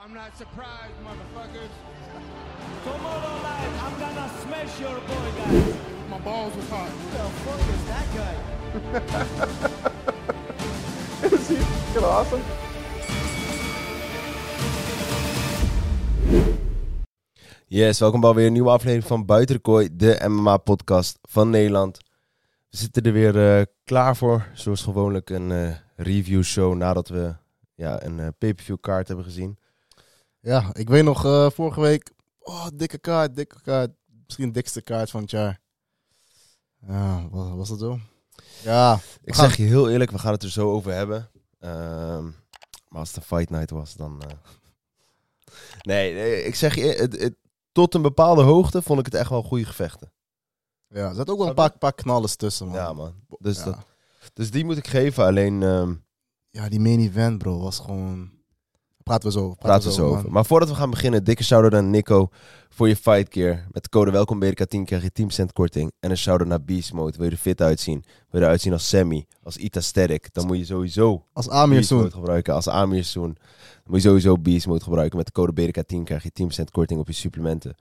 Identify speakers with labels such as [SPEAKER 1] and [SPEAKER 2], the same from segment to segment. [SPEAKER 1] I'm not surprised, motherfuckers.
[SPEAKER 2] Tomorrow night, I'm gonna smash your boy, guys.
[SPEAKER 1] My balls was hot.
[SPEAKER 2] Who the fuck is that guy?
[SPEAKER 3] Is he fucking awesome?
[SPEAKER 4] Yes, welkom bij weer een nieuwe aflevering van Buiten de Kooi, de MMA-podcast van Nederland. We zitten er weer eh, klaar voor, zoals gewoonlijk een eh, review-show nadat we ja, een eh, pay-per-view kaart hebben gezien.
[SPEAKER 5] Ja, ik weet nog, eh, vorige week, oh, dikke kaart, dikke kaart. Misschien dikste kaart van het jaar. Ja, was, was dat zo? Ja,
[SPEAKER 4] Ik
[SPEAKER 5] gaan-
[SPEAKER 4] zeg je heel eerlijk, we gaan het er zo over hebben. Ehm, maar als het een fight night was, dan... eh. Nee, nee, ik zeg je, het, het- tot een bepaalde hoogte vond ik het echt wel goede gevechten.
[SPEAKER 5] ja, er zaten ook wel een
[SPEAKER 4] Snap
[SPEAKER 5] paar, paar knallers tussen, man.
[SPEAKER 4] Ja, man. Dus,
[SPEAKER 5] Ja.
[SPEAKER 4] Dat, dus die moet ik geven, alleen... ehm,
[SPEAKER 5] Ja, die main event, bro, was gewoon... Praten we zo.
[SPEAKER 4] Praten we zo over.
[SPEAKER 5] man.
[SPEAKER 4] Maar voordat we gaan beginnen, dikke shout-out aan Nico voor je fight gear. Met code welkom BRK10 krijg je 10% korting. En een shout-out naar Beast Mode. Wil je er fit uitzien? Wil je eruit zien als Sammy? Als Ita Static? Dan moet je sowieso
[SPEAKER 5] Als Amir
[SPEAKER 4] Beast Mode
[SPEAKER 5] Soen.
[SPEAKER 4] gebruiken. Als Amir Soen. Dan moet je sowieso Beast Mode gebruiken. Met de code BRK10 krijg je 10% korting op je supplementen.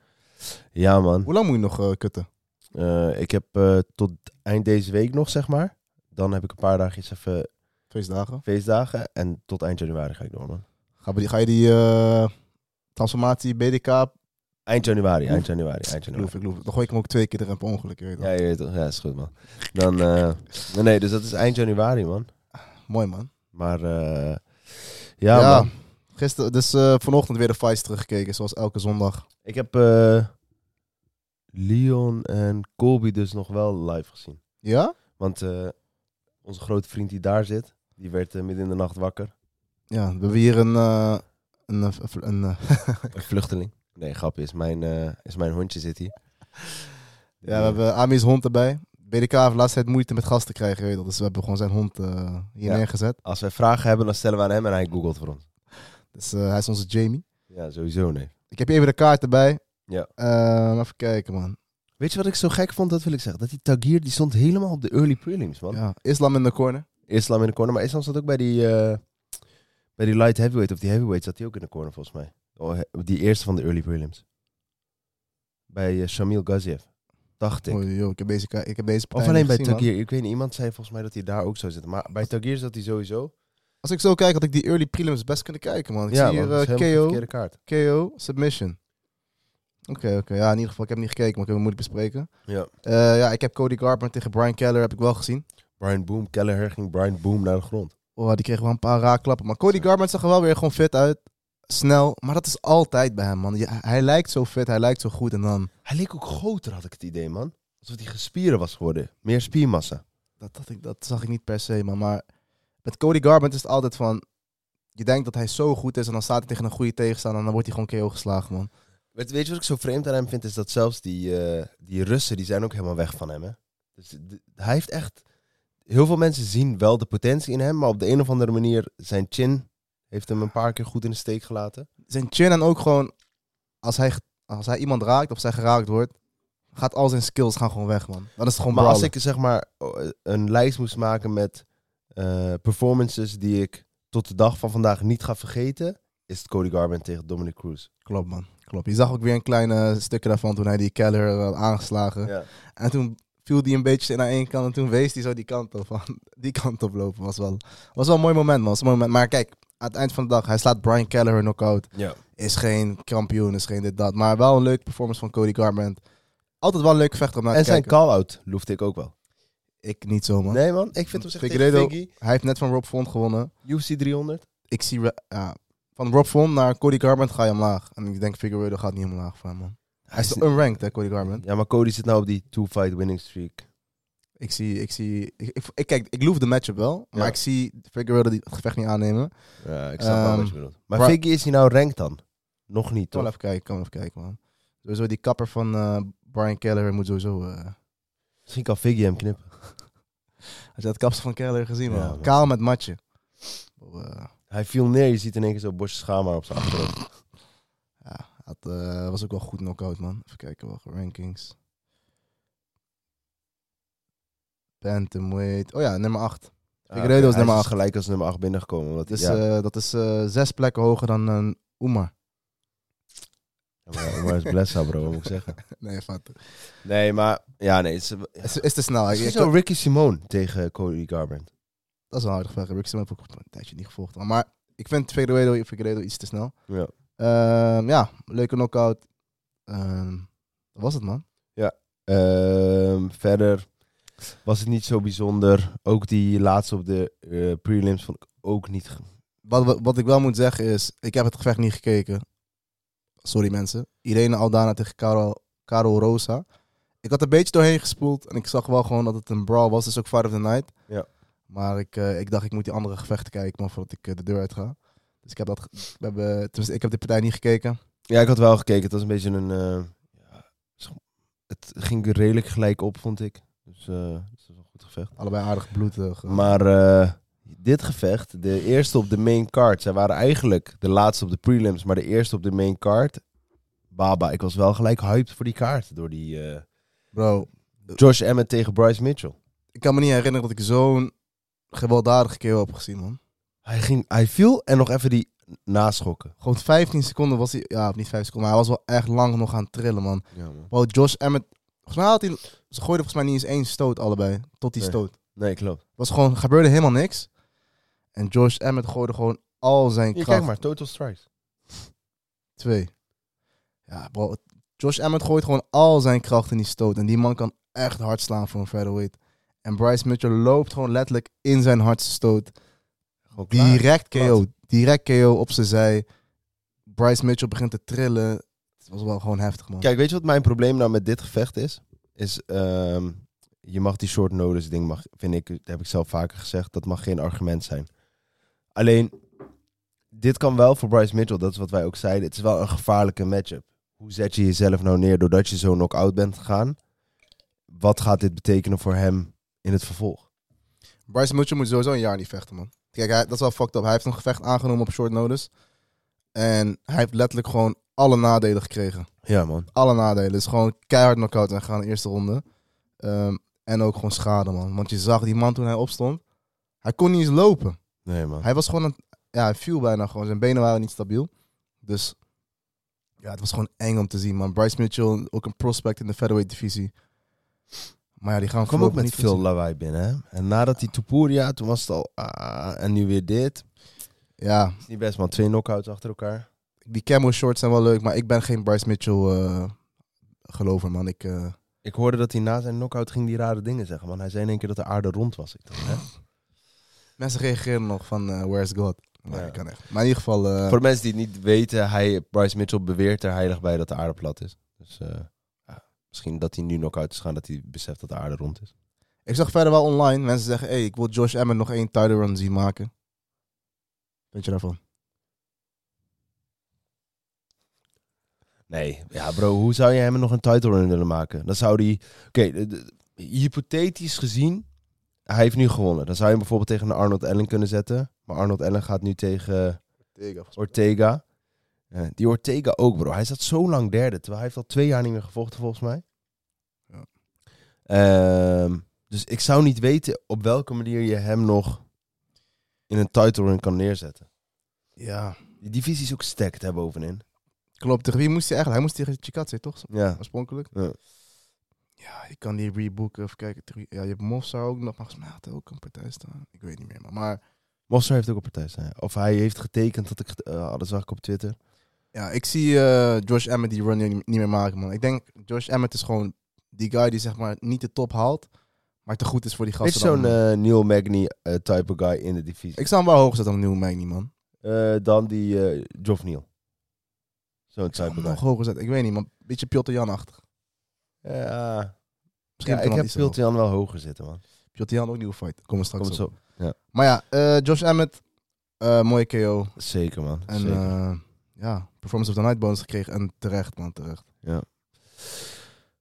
[SPEAKER 4] Ja man,
[SPEAKER 5] Hoe lang moet je nog eh, kutten?
[SPEAKER 4] Eh, ik heb eh, tot eind deze week nog zeg maar. Dan heb ik een paar dagjes even
[SPEAKER 5] Feestdagen?
[SPEAKER 4] feestdagen. En tot eind januari ga ik door man.
[SPEAKER 5] Ga, we die- ga je die eh, transformatie BDK...
[SPEAKER 4] Eind januari, eind januari, eind
[SPEAKER 5] Ik
[SPEAKER 4] januari.
[SPEAKER 5] geloof, ik geloof. Dan gooi ik hem ook twee keer erin per ongeluk, je weet
[SPEAKER 4] Ja,
[SPEAKER 5] dat.
[SPEAKER 4] je weet toch. Ja, is goed, man. Dan, eh, nee, nee, dus dat is eind januari, man.
[SPEAKER 5] Mooi, man.
[SPEAKER 4] Maar, eh, ja, man.
[SPEAKER 5] Gisteren, dus eh, vanochtend weer de fights teruggekeken, zoals elke zondag.
[SPEAKER 4] Ik heb eh, Leon en Colby dus nog wel live gezien.
[SPEAKER 5] Ja?
[SPEAKER 4] Want eh, onze grote vriend die daar zit, die werd eh, midden in de nacht wakker.
[SPEAKER 5] Ja, we hebben hier een. eh, een, eh, v- een, eh,
[SPEAKER 4] Een vluchteling. Nee, grapje, is mijn, eh, is mijn hondje zit hier.
[SPEAKER 5] ja, we hebben Ami's hond erbij. BDK heeft laatst tijd moeite met gasten krijgen, weet je wel. dus we hebben gewoon zijn hond eh, hier
[SPEAKER 4] Ja.
[SPEAKER 5] neergezet.
[SPEAKER 4] Als wij vragen hebben, dan stellen we aan hem en hij googelt voor ons.
[SPEAKER 5] Dus eh, hij is onze Jamie.
[SPEAKER 4] Ja, sowieso nee.
[SPEAKER 5] Ik heb hier even de kaart erbij.
[SPEAKER 4] Ja.
[SPEAKER 5] Eh, even kijken, man.
[SPEAKER 4] Weet je wat ik zo gek vond? Dat wil ik zeggen. Dat die Tagir, die stond helemaal op de early prelims, man.
[SPEAKER 5] Ja, Islam in de corner.
[SPEAKER 4] Islam in de corner. Maar Islam zat ook bij die, eh, bij die light heavyweight of die heavyweight zat hij ook in de corner volgens mij. Oh, he- die eerste van de early prelims. Bij eh, Shamil Gaziev. Dacht ik.
[SPEAKER 5] Oh, joh, ik heb deze, ka- ik heb deze
[SPEAKER 4] of
[SPEAKER 5] partij
[SPEAKER 4] alleen
[SPEAKER 5] niet
[SPEAKER 4] bij
[SPEAKER 5] gezien, man.
[SPEAKER 4] Tagir. Ik weet niet, iemand zei volgens mij dat hij daar ook zou zitten. Maar bij Tagir zat hij sowieso.
[SPEAKER 5] Als ik zo kijk, had ik die early prelims best kunnen kijken, man. Ik zie
[SPEAKER 4] man,
[SPEAKER 5] hier
[SPEAKER 4] dat is
[SPEAKER 5] eh,
[SPEAKER 4] helemaal de
[SPEAKER 5] KO,
[SPEAKER 4] verkeerde kaart.
[SPEAKER 5] KO, submission. Oké, oké. Ja, in ieder geval, ik heb hem niet gekeken, maar ik heb hem moeilijk bespreken.
[SPEAKER 4] Ja.
[SPEAKER 5] Eh, ja, ik heb Cody Garbrandt tegen Brian Keller, heb ik wel gezien.
[SPEAKER 4] Brian Boom, Kelleher ging Brian Boom naar de grond.
[SPEAKER 5] Oh, die kreeg wel een paar raakklappen. Maar Cody Garbrandt zag er wel weer gewoon fit uit. Snel. Maar dat is altijd bij hem, man. Ja, hij lijkt zo fit, hij lijkt zo goed. En dan...
[SPEAKER 4] Hij leek ook groter, had ik het idee, man. Alsof hij gespieren was geworden. Meer spiermassa.
[SPEAKER 5] Dat, dat, ik, dat zag ik niet per se, man. Maar met Cody Garbrandt is het altijd van... Je denkt dat hij zo goed is en dan staat hij tegen een goede tegenstander... en dan wordt hij gewoon KO geslagen, man.
[SPEAKER 4] Weet, weet je wat ik zo vreemd aan hem vind? Is dat zelfs die, eh, die Russen, die zijn ook helemaal weg van hem. Hè? Dus d- hij heeft echt... Heel veel mensen zien wel de potentie in hem, maar op de een of andere manier zijn chin heeft hem een paar keer goed in de steek gelaten.
[SPEAKER 5] Zijn chin en ook gewoon... Als hij, ge- als hij iemand raakt of zij geraakt wordt... gaat al zijn skills gaan gewoon weg, man. Dan is het gewoon
[SPEAKER 4] Maar als
[SPEAKER 5] brawlen.
[SPEAKER 4] ik zeg maar eh, een lijst moest maken met eh, performances die ik tot de dag van vandaag niet ga vergeten, is het Cody Garbrandt tegen Dominic Cruz.
[SPEAKER 5] Klopt, man. Klopt. Je zag ook weer een kleine stukje daarvan toen hij die Keller eh, had aangeslagen.
[SPEAKER 4] Ja.
[SPEAKER 5] En toen viel die een beetje naar één kant en toen wees hij zo die kant op. Van, die kant op lopen was wel, was wel een mooi moment, man. Was een mooi moment. Maar kijk, aan het eind van de dag, hij slaat Brian Kelleher knock-out.
[SPEAKER 4] Ja.
[SPEAKER 5] Is geen kampioen, is geen dit, dat. Maar wel een leuke performance van Cody Garbrandt. Altijd wel een leuk vechter om naar
[SPEAKER 4] En
[SPEAKER 5] te
[SPEAKER 4] zijn
[SPEAKER 5] kijken.
[SPEAKER 4] call-out loefde ik ook wel.
[SPEAKER 5] Ik niet zo, man.
[SPEAKER 4] Nee man, ik
[SPEAKER 5] Hm.
[SPEAKER 4] vind hem zeg tegen
[SPEAKER 5] Figueiredo.
[SPEAKER 4] Figgy,
[SPEAKER 5] Hij heeft net van Rob Font gewonnen.
[SPEAKER 4] UFC 300.
[SPEAKER 5] Ik zie... re- ja, van Rob Font naar Cody Garbrandt ga je omlaag. En ik denk Figueiredo gaat niet omlaag voor hem, man. Hij is unranked, hè, Cody Garbrandt.
[SPEAKER 4] Ja, maar Cody zit nou op die two-fight winning streak.
[SPEAKER 5] Ik zie, ik zie, ik, ik, ik- kijk, ik loef de matchup wel, maar
[SPEAKER 4] Ja.
[SPEAKER 5] ik zie Figueiredo die het gevecht niet aannemen.
[SPEAKER 4] Ja, ik snap wel
[SPEAKER 5] Ehm,
[SPEAKER 4] wat je bedoelt. Maar
[SPEAKER 5] Ra-
[SPEAKER 4] Figgy is hij nou ranked dan? Nog
[SPEAKER 5] Kan
[SPEAKER 4] niet, toch?
[SPEAKER 5] wel even kijken, kan wel even kijken, man. Sowieso die kapper van eh, Brian Keller moet sowieso. eh,
[SPEAKER 4] Misschien kan Figgy hem knippen.
[SPEAKER 5] had je dat kapsel van Keller gezien,
[SPEAKER 4] Ja,
[SPEAKER 5] man?
[SPEAKER 4] man.
[SPEAKER 5] Kaal met matje. Oh, eh,
[SPEAKER 4] Hij viel neer, je ziet in één keer zo'n bosje schaamhaar op zijn achterhoofd.
[SPEAKER 5] ja, had, eh, was ook wel goed knockout, man. Even kijken, wel rankings. Bantamweight. Oh ja, nummer 8.
[SPEAKER 4] Ah,
[SPEAKER 5] Figueiredo is
[SPEAKER 4] hij
[SPEAKER 5] nummer acht.
[SPEAKER 4] gelijk als nummer 8 binnengekomen. Omdat
[SPEAKER 5] Dus
[SPEAKER 4] hij, ja,
[SPEAKER 5] eh, dat is eh, zes plekken hoger dan een Oemar.
[SPEAKER 4] Ja, maar Omar is Blessa, bro, wat moet ik zeggen.
[SPEAKER 5] Nee, vat.
[SPEAKER 4] Nee, maar ja, nee. Het is,
[SPEAKER 5] Het is, is te snel. Ik, ik-
[SPEAKER 4] zo Ricky Simone tegen Cody Garbrandt.
[SPEAKER 5] dat is een harde vraag. Rick Simon heb ik ook een tijdje niet gevolgd. Maar, maar ik vind Figueredo, Figueredo iets te snel.
[SPEAKER 4] Ja.
[SPEAKER 5] Ehm, ja, leuke knockout. Ehm, dat was het, man.
[SPEAKER 4] Ehm, verder was het niet zo bijzonder. Ook die laatste op de eh, prelims vond ik ook niet... ge-
[SPEAKER 5] Wat, wat, wat ik wel moet zeggen is, ik heb het gevecht niet gekeken. Sorry mensen. Irene Aldana tegen Carol, Carol Rosa. Ik had een beetje doorheen gespoeld en ik zag wel gewoon dat het een brawl was. Dus ook Fight of the Night.
[SPEAKER 4] Ja.
[SPEAKER 5] Maar ik, eh, ik dacht, ik moet die andere gevechten kijken, maar voordat ik eh, de deur uit ga. Dus ik heb, dat, ge- we hebben, tenminste, ik heb die partij niet gekeken.
[SPEAKER 4] Ja, ik had wel gekeken. Het was een beetje een... eh, ja, sch- het ging redelijk gelijk op, vond ik. Dus eh dat was een goed gevecht.
[SPEAKER 5] Allebei aardig bloed. eh, ge-
[SPEAKER 4] Maar eh, dit gevecht, de eerste op de main card. Zij waren eigenlijk de laatste op de prelims, maar de eerste op de main card. Baba, ik was wel gelijk hyped voor die kaart. Door die eh,
[SPEAKER 5] Bro,
[SPEAKER 4] Josh Emmett tegen Bryce Mitchell.
[SPEAKER 5] ik kan me niet herinneren dat ik zo'n gewelddadige keel heb gezien, man.
[SPEAKER 4] Hij, ging, hij viel en nog even die naschokken.
[SPEAKER 5] Gewoon 15 seconden was hij. Ja, of niet 5 seconden, maar hij was wel echt lang nog aan het trillen, man. Wow, Josh Emmett. Volgens mij had hij. Ze gooiden volgens mij niet eens één stoot allebei. Tot die
[SPEAKER 4] Nee.
[SPEAKER 5] stoot.
[SPEAKER 4] Nee, klopt.
[SPEAKER 5] Was gewoon, gebeurde helemaal niks. En Josh Emmett gooide gewoon al zijn
[SPEAKER 4] Hier,
[SPEAKER 5] kracht.
[SPEAKER 4] kijk maar, total strikes.
[SPEAKER 5] Twee. Ja, bro. Josh Emmett gooit gewoon al zijn kracht in die stoot. En die man kan echt hard slaan voor een featherweight. En Bryce Mitchell loopt gewoon letterlijk in zijn hardste stoot.
[SPEAKER 4] Gewoon klaar.
[SPEAKER 5] Direct
[SPEAKER 4] Plat.
[SPEAKER 5] KO. Direct KO op zijn zij. Bryce Mitchell begint te trillen. Het was wel gewoon heftig, man.
[SPEAKER 4] Kijk, weet je wat mijn probleem nou met dit gevecht is? Is ehm, je mag die short notice ding, mag, vind ik, dat heb ik zelf vaker gezegd, dat mag geen argument zijn. Alleen, dit kan wel voor Bryce Mitchell, dat is wat wij ook zeiden. Het is wel een gevaarlijke matchup. Hoe zet je jezelf nou neer doordat je zo knock-out bent gegaan? Wat gaat dit betekenen voor hem in het vervolg?
[SPEAKER 5] Bryce Mitchell moet sowieso een jaar niet vechten, man. Kijk, hij, dat is wel fucked up. Hij heeft een gevecht aangenomen op short notice. En hij heeft letterlijk gewoon alle nadelen gekregen.
[SPEAKER 4] Ja, man.
[SPEAKER 5] Alle nadelen. Dus gewoon keihard knock-out en gaan de eerste ronde. Ehm, en ook gewoon schade, man. Want je zag die man toen hij opstond. Hij kon niet eens lopen.
[SPEAKER 4] Nee, man.
[SPEAKER 5] Hij was gewoon aan het- Ja, hij viel bijna gewoon. Zijn benen waren niet stabiel. Dus... Ja, het was gewoon eng om te zien, man. Bryce Mitchell, ook een prospect in de featherweight divisie. Maar ja, die gaan
[SPEAKER 4] Hij kwam ook
[SPEAKER 5] voorlopig
[SPEAKER 4] met
[SPEAKER 5] niet
[SPEAKER 4] veel lawaai binnen, hè? En nadat die Topuria, toen was het al... ah, en nu weer dit.
[SPEAKER 5] Ja,
[SPEAKER 4] Is niet best, man. Twee knockouts achter elkaar.
[SPEAKER 5] die camo shorts zijn wel leuk, maar ik ben geen Bryce Mitchell eh gelover, man. Ik, eh,
[SPEAKER 4] Ik hoorde dat hij na zijn knockout ging die rare dingen zeggen, man. Hij zei in één keer dat de aarde rond was. Ik dacht, hè?
[SPEAKER 5] mensen reageren nog van eh, Where's God? Maar
[SPEAKER 4] Ja.
[SPEAKER 5] ik kan echt. Maar in ieder geval, eh,
[SPEAKER 4] Voor de mensen die het niet weten, hij, Bryce Mitchell beweert er heilig bij dat de aarde plat is. Dus eh, ja, misschien dat hij nu knock-out is gaan, dat hij beseft dat de aarde rond is.
[SPEAKER 5] ik zag verder wel online mensen zeggen: hey, ik wil Josh Emmett nog één title run zien maken. Vind je daarvan?
[SPEAKER 4] Nee, ja bro, hoe zou je hem nog een title run willen maken? Dan zou hij, oké, de- de- hypothetisch gezien, hij heeft nu gewonnen. Dan zou je hem bijvoorbeeld tegen een Arnold Allen kunnen zetten. Maar Arnold Allen gaat nu tegen... Ortega. Eh, die Ortega ook, bro. Hij zat zo lang derde. Terwijl hij heeft al twee jaar niet meer gevochten, volgens mij.
[SPEAKER 5] Ja.
[SPEAKER 4] Ehm, dus ik zou niet weten op welke manier je hem nog in een title run kan neerzetten.
[SPEAKER 5] Ja,
[SPEAKER 4] Die divisie is ook stacked hebben bovenin.
[SPEAKER 5] klopt. Tegen wie moest hij eigenlijk? Hij moest tegen Chikatse, toch?
[SPEAKER 4] Ja.
[SPEAKER 5] Oorspronkelijk.
[SPEAKER 4] Ja.
[SPEAKER 5] Ja, je kan die rebooken of kijken. tegen wie- Ja, je hebt Mofsar ook nog. Maar volgens mij had hij ook een partij staan. Ik weet niet meer, man. Maar
[SPEAKER 4] Mosser heeft ook een partij zijn. Of hij heeft getekend, dat, ik, eh, dat zag ik op Twitter.
[SPEAKER 5] Ja, ik zie eh Josh Emmett die run niet niet meer maken, man. Ik denk, Josh Emmett is gewoon die guy die zeg maar niet de top haalt, maar te goed is voor die
[SPEAKER 4] Is
[SPEAKER 5] gasten.
[SPEAKER 4] zo'n
[SPEAKER 5] dan, man.
[SPEAKER 4] eh, Neil Magny eh, type of guy in de divisie.
[SPEAKER 5] Ik zou hem wel hoger zetten dan Nieuw Magny, man.
[SPEAKER 4] Eh, dan die eh Geoff Neal. Zo'n
[SPEAKER 5] Ik zou hem
[SPEAKER 4] type guy.
[SPEAKER 5] nog hoger zetten. Ik weet niet, man. Beetje Piotr Jan achtig
[SPEAKER 4] Ja,
[SPEAKER 5] Misschien
[SPEAKER 4] ja,
[SPEAKER 5] kan
[SPEAKER 4] ik
[SPEAKER 5] dat
[SPEAKER 4] heb
[SPEAKER 5] iets wel.
[SPEAKER 4] Piltian wel hoger zitten, man.
[SPEAKER 5] Piotr Jan ook nieuwe fight. Kom er straks
[SPEAKER 4] Komt
[SPEAKER 5] op.
[SPEAKER 4] zo.
[SPEAKER 5] Maar ja, eh, Josh Emmett, eh, mooie KO.
[SPEAKER 4] Zeker, man.
[SPEAKER 5] En
[SPEAKER 4] Zeker.
[SPEAKER 5] eh, ja, Performance of the Night bonus gekregen. En terecht, man, terecht.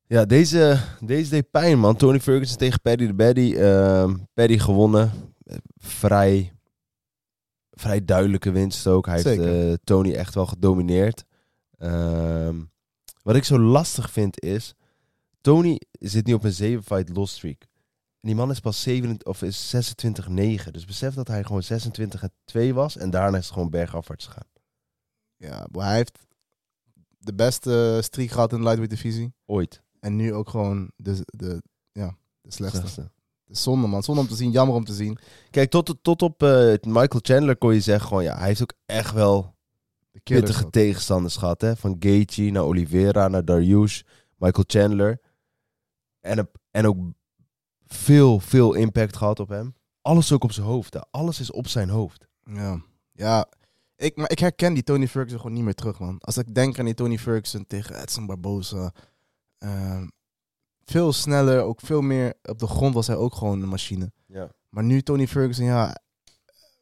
[SPEAKER 4] Ja, deze, deze deed pijn, man. Tony Ferguson tegen Paddy de Baddy. Ehm Paddy gewonnen. Eh, Vrij, vrij duidelijke winst ook. Hij heeft
[SPEAKER 5] Zeker.
[SPEAKER 4] eh, Tony echt wel gedomineerd. Ehm, wat ik zo lastig vind is... Tony zit nu op een 7-fight loss streak. En die man is pas 27 of is 26-9. Dus besef dat hij gewoon 26-2 was. En daarna is het gewoon bergafwaarts gegaan.
[SPEAKER 5] Ja, maar hij heeft de beste streak gehad in de lightweight divisie.
[SPEAKER 4] Ooit.
[SPEAKER 5] En nu ook gewoon de, de, ja, de slechtste.
[SPEAKER 4] Slechtste.
[SPEAKER 5] Zonde, man. Zonde om te zien. Jammer om te zien.
[SPEAKER 4] Kijk, tot, tot op eh, Michael Chandler kon je zeggen gewoon... Ja, hij heeft ook echt wel
[SPEAKER 5] De killers
[SPEAKER 4] pittige
[SPEAKER 5] ook.
[SPEAKER 4] tegenstanders gehad. Hè? Van Gaethje naar Oliveira naar Dariush, Michael Chandler. En, op- en ook veel, veel impact gehad op hem. Alles ook op zijn hoofd. Hè? Alles is op zijn hoofd.
[SPEAKER 5] Ja, ja. Ik, maar ik herken die Tony Ferguson gewoon niet meer terug, man. Als ik denk aan die Tony Ferguson tegen Edson Barboza. ehm, veel sneller, ook veel meer. Op de grond was hij ook gewoon een machine.
[SPEAKER 4] Ja.
[SPEAKER 5] Maar nu Tony Ferguson, ja.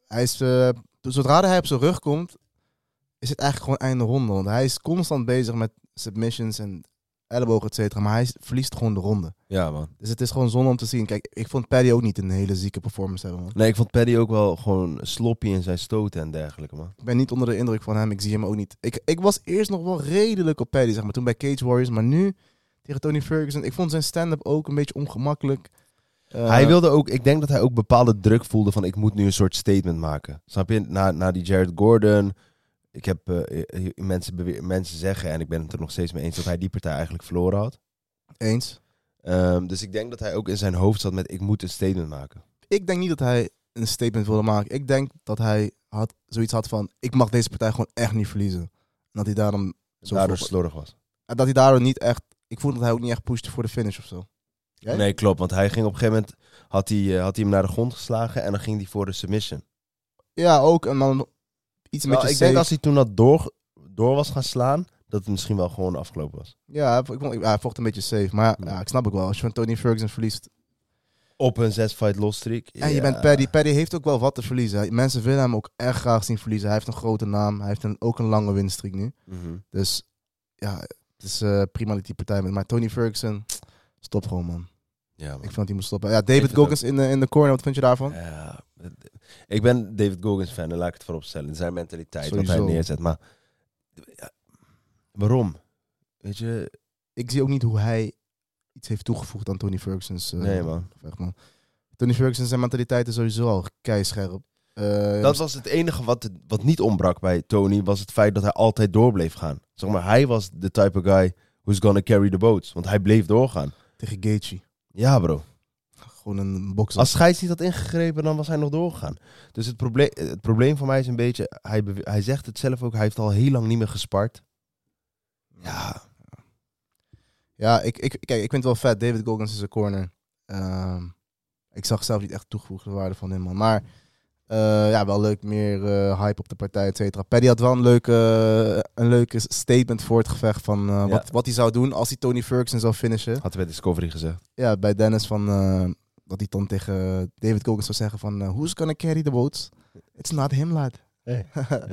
[SPEAKER 5] Hij is, eh, zodra hij op zijn rug komt, is het eigenlijk gewoon einde ronde. Want hij is constant bezig met submissions en ellebogen, et cetera. Maar hij is- verliest gewoon de ronde.
[SPEAKER 4] Ja, man.
[SPEAKER 5] Dus het is gewoon zonde om te zien. Kijk, ik vond Paddy ook niet een hele zieke performance hebben, man.
[SPEAKER 4] Nee, ik vond Paddy ook wel gewoon sloppy in zijn stoten en dergelijke, man.
[SPEAKER 5] Ik ben niet onder de indruk van hem. Ik zie hem ook niet. Ik, ik was eerst nog wel redelijk op Paddy, zeg maar. Toen bij Cage Warriors. Maar nu tegen Tony Ferguson. Ik vond zijn stand-up ook een beetje ongemakkelijk. Eh,
[SPEAKER 4] hij wilde ook, ik denk dat hij ook bepaalde druk voelde van ik moet nu een soort statement maken. Snap je? Na, na die Jared Gordon, ik heb eh, eh, mensen, beweer- mensen zeggen, en ik ben het er nog steeds mee eens, dat hij die partij eigenlijk verloren had.
[SPEAKER 5] Eens.
[SPEAKER 4] Ehm, dus ik denk dat hij ook in zijn hoofd zat met ik moet een statement maken.
[SPEAKER 5] Ik denk niet dat hij een statement wilde maken. Ik denk dat hij had, zoiets had van... Ik mag deze partij gewoon echt niet verliezen. En dat hij daarom... Zo
[SPEAKER 4] Daardoor
[SPEAKER 5] voor-
[SPEAKER 4] slordig was.
[SPEAKER 5] en Dat hij daarom niet echt... Ik voelde dat hij ook niet echt pushte voor de finish of zo. Jij?
[SPEAKER 4] Nee, klopt. Want hij ging op een gegeven moment, had hij, eh, had hij hem naar de grond geslagen en dan ging hij voor de submission.
[SPEAKER 5] Ja, ook. En dan iets een
[SPEAKER 4] Wel, Nou, ik
[SPEAKER 5] beetje
[SPEAKER 4] denk
[SPEAKER 5] safe.
[SPEAKER 4] als hij toen dat door, door was gaan slaan, dat het misschien wel gewoon afgelopen was.
[SPEAKER 5] Ja, hij vo- ik vond- ja, hij vocht een beetje safe. Maar ja, ik snap ook wel. Als je van Tony Ferguson verliest...
[SPEAKER 4] Op een zes fight loss streak.
[SPEAKER 5] En je bent Paddy. Paddy heeft ook wel wat te verliezen. Mensen willen hem ook echt graag zien verliezen. Hij heeft een grote naam. Hij heeft een, ook een lange winstreak nu.
[SPEAKER 4] Mhm.
[SPEAKER 5] Dus ja, het is eh, prima dat die partij met. Maar Tony Ferguson, stop gewoon man.
[SPEAKER 4] Ja, man.
[SPEAKER 5] Ik vind dat hij moet stoppen. Ja,
[SPEAKER 4] vind
[SPEAKER 5] David
[SPEAKER 4] het
[SPEAKER 5] Goggins in de, in de corner. Wat vind je daarvan?
[SPEAKER 4] Ja, ik ben David Goggins fan, daar laat ik het voorop stellen. Zijn mentaliteit, wat hij
[SPEAKER 5] Sowieso.
[SPEAKER 4] neerzet. Maar ja, waarom? Weet je,
[SPEAKER 5] Ik zie ook niet hoe hij iets heeft toegevoegd aan Tony Ferguson's eh,
[SPEAKER 4] nee man.
[SPEAKER 5] gevecht, man. Tony Ferguson zijn mentaliteit is sowieso al keischerp. Eh,
[SPEAKER 4] Dat was het enige wat, wat niet ontbrak bij Tony, was het feit dat hij altijd door bleef gaan. Zeg maar, hij was de type of guy who's gonna carry the boat. Want hij bleef doorgaan.
[SPEAKER 5] Tegen Gaethje.
[SPEAKER 4] Ja bro.
[SPEAKER 5] Gewoon een bokser.
[SPEAKER 4] Als Scheids niet had ingegrepen, dan was hij nog doorgegaan. Dus het, probleem, het probleem voor mij is een beetje... Hij, bewe- hij zegt het zelf ook, hij heeft al heel lang niet meer gespart. Ja,
[SPEAKER 5] Ja, ik, ik, kijk, ik vind het wel vet. David Goggins is een corner. Ehm, ik zag zelf niet echt toegevoegde waarde van hem, man. Maar eh, ja, wel leuk. Meer eh, hype op de partij, et cetera. Paddy had wel een leuke, een leuke statement voor het gevecht van eh,
[SPEAKER 4] Ja.
[SPEAKER 5] wat, wat hij zou doen als hij Tony Ferguson zou finishen.
[SPEAKER 4] had hij bij Discovery gezegd.
[SPEAKER 5] Ja, bij Dennis van... eh, dat hij dan tegen David Goggins zou zeggen van... eh, Who's gonna carry the boats? It's not him, lad.
[SPEAKER 4] Hey,
[SPEAKER 5] Dus, eh,
[SPEAKER 4] hè?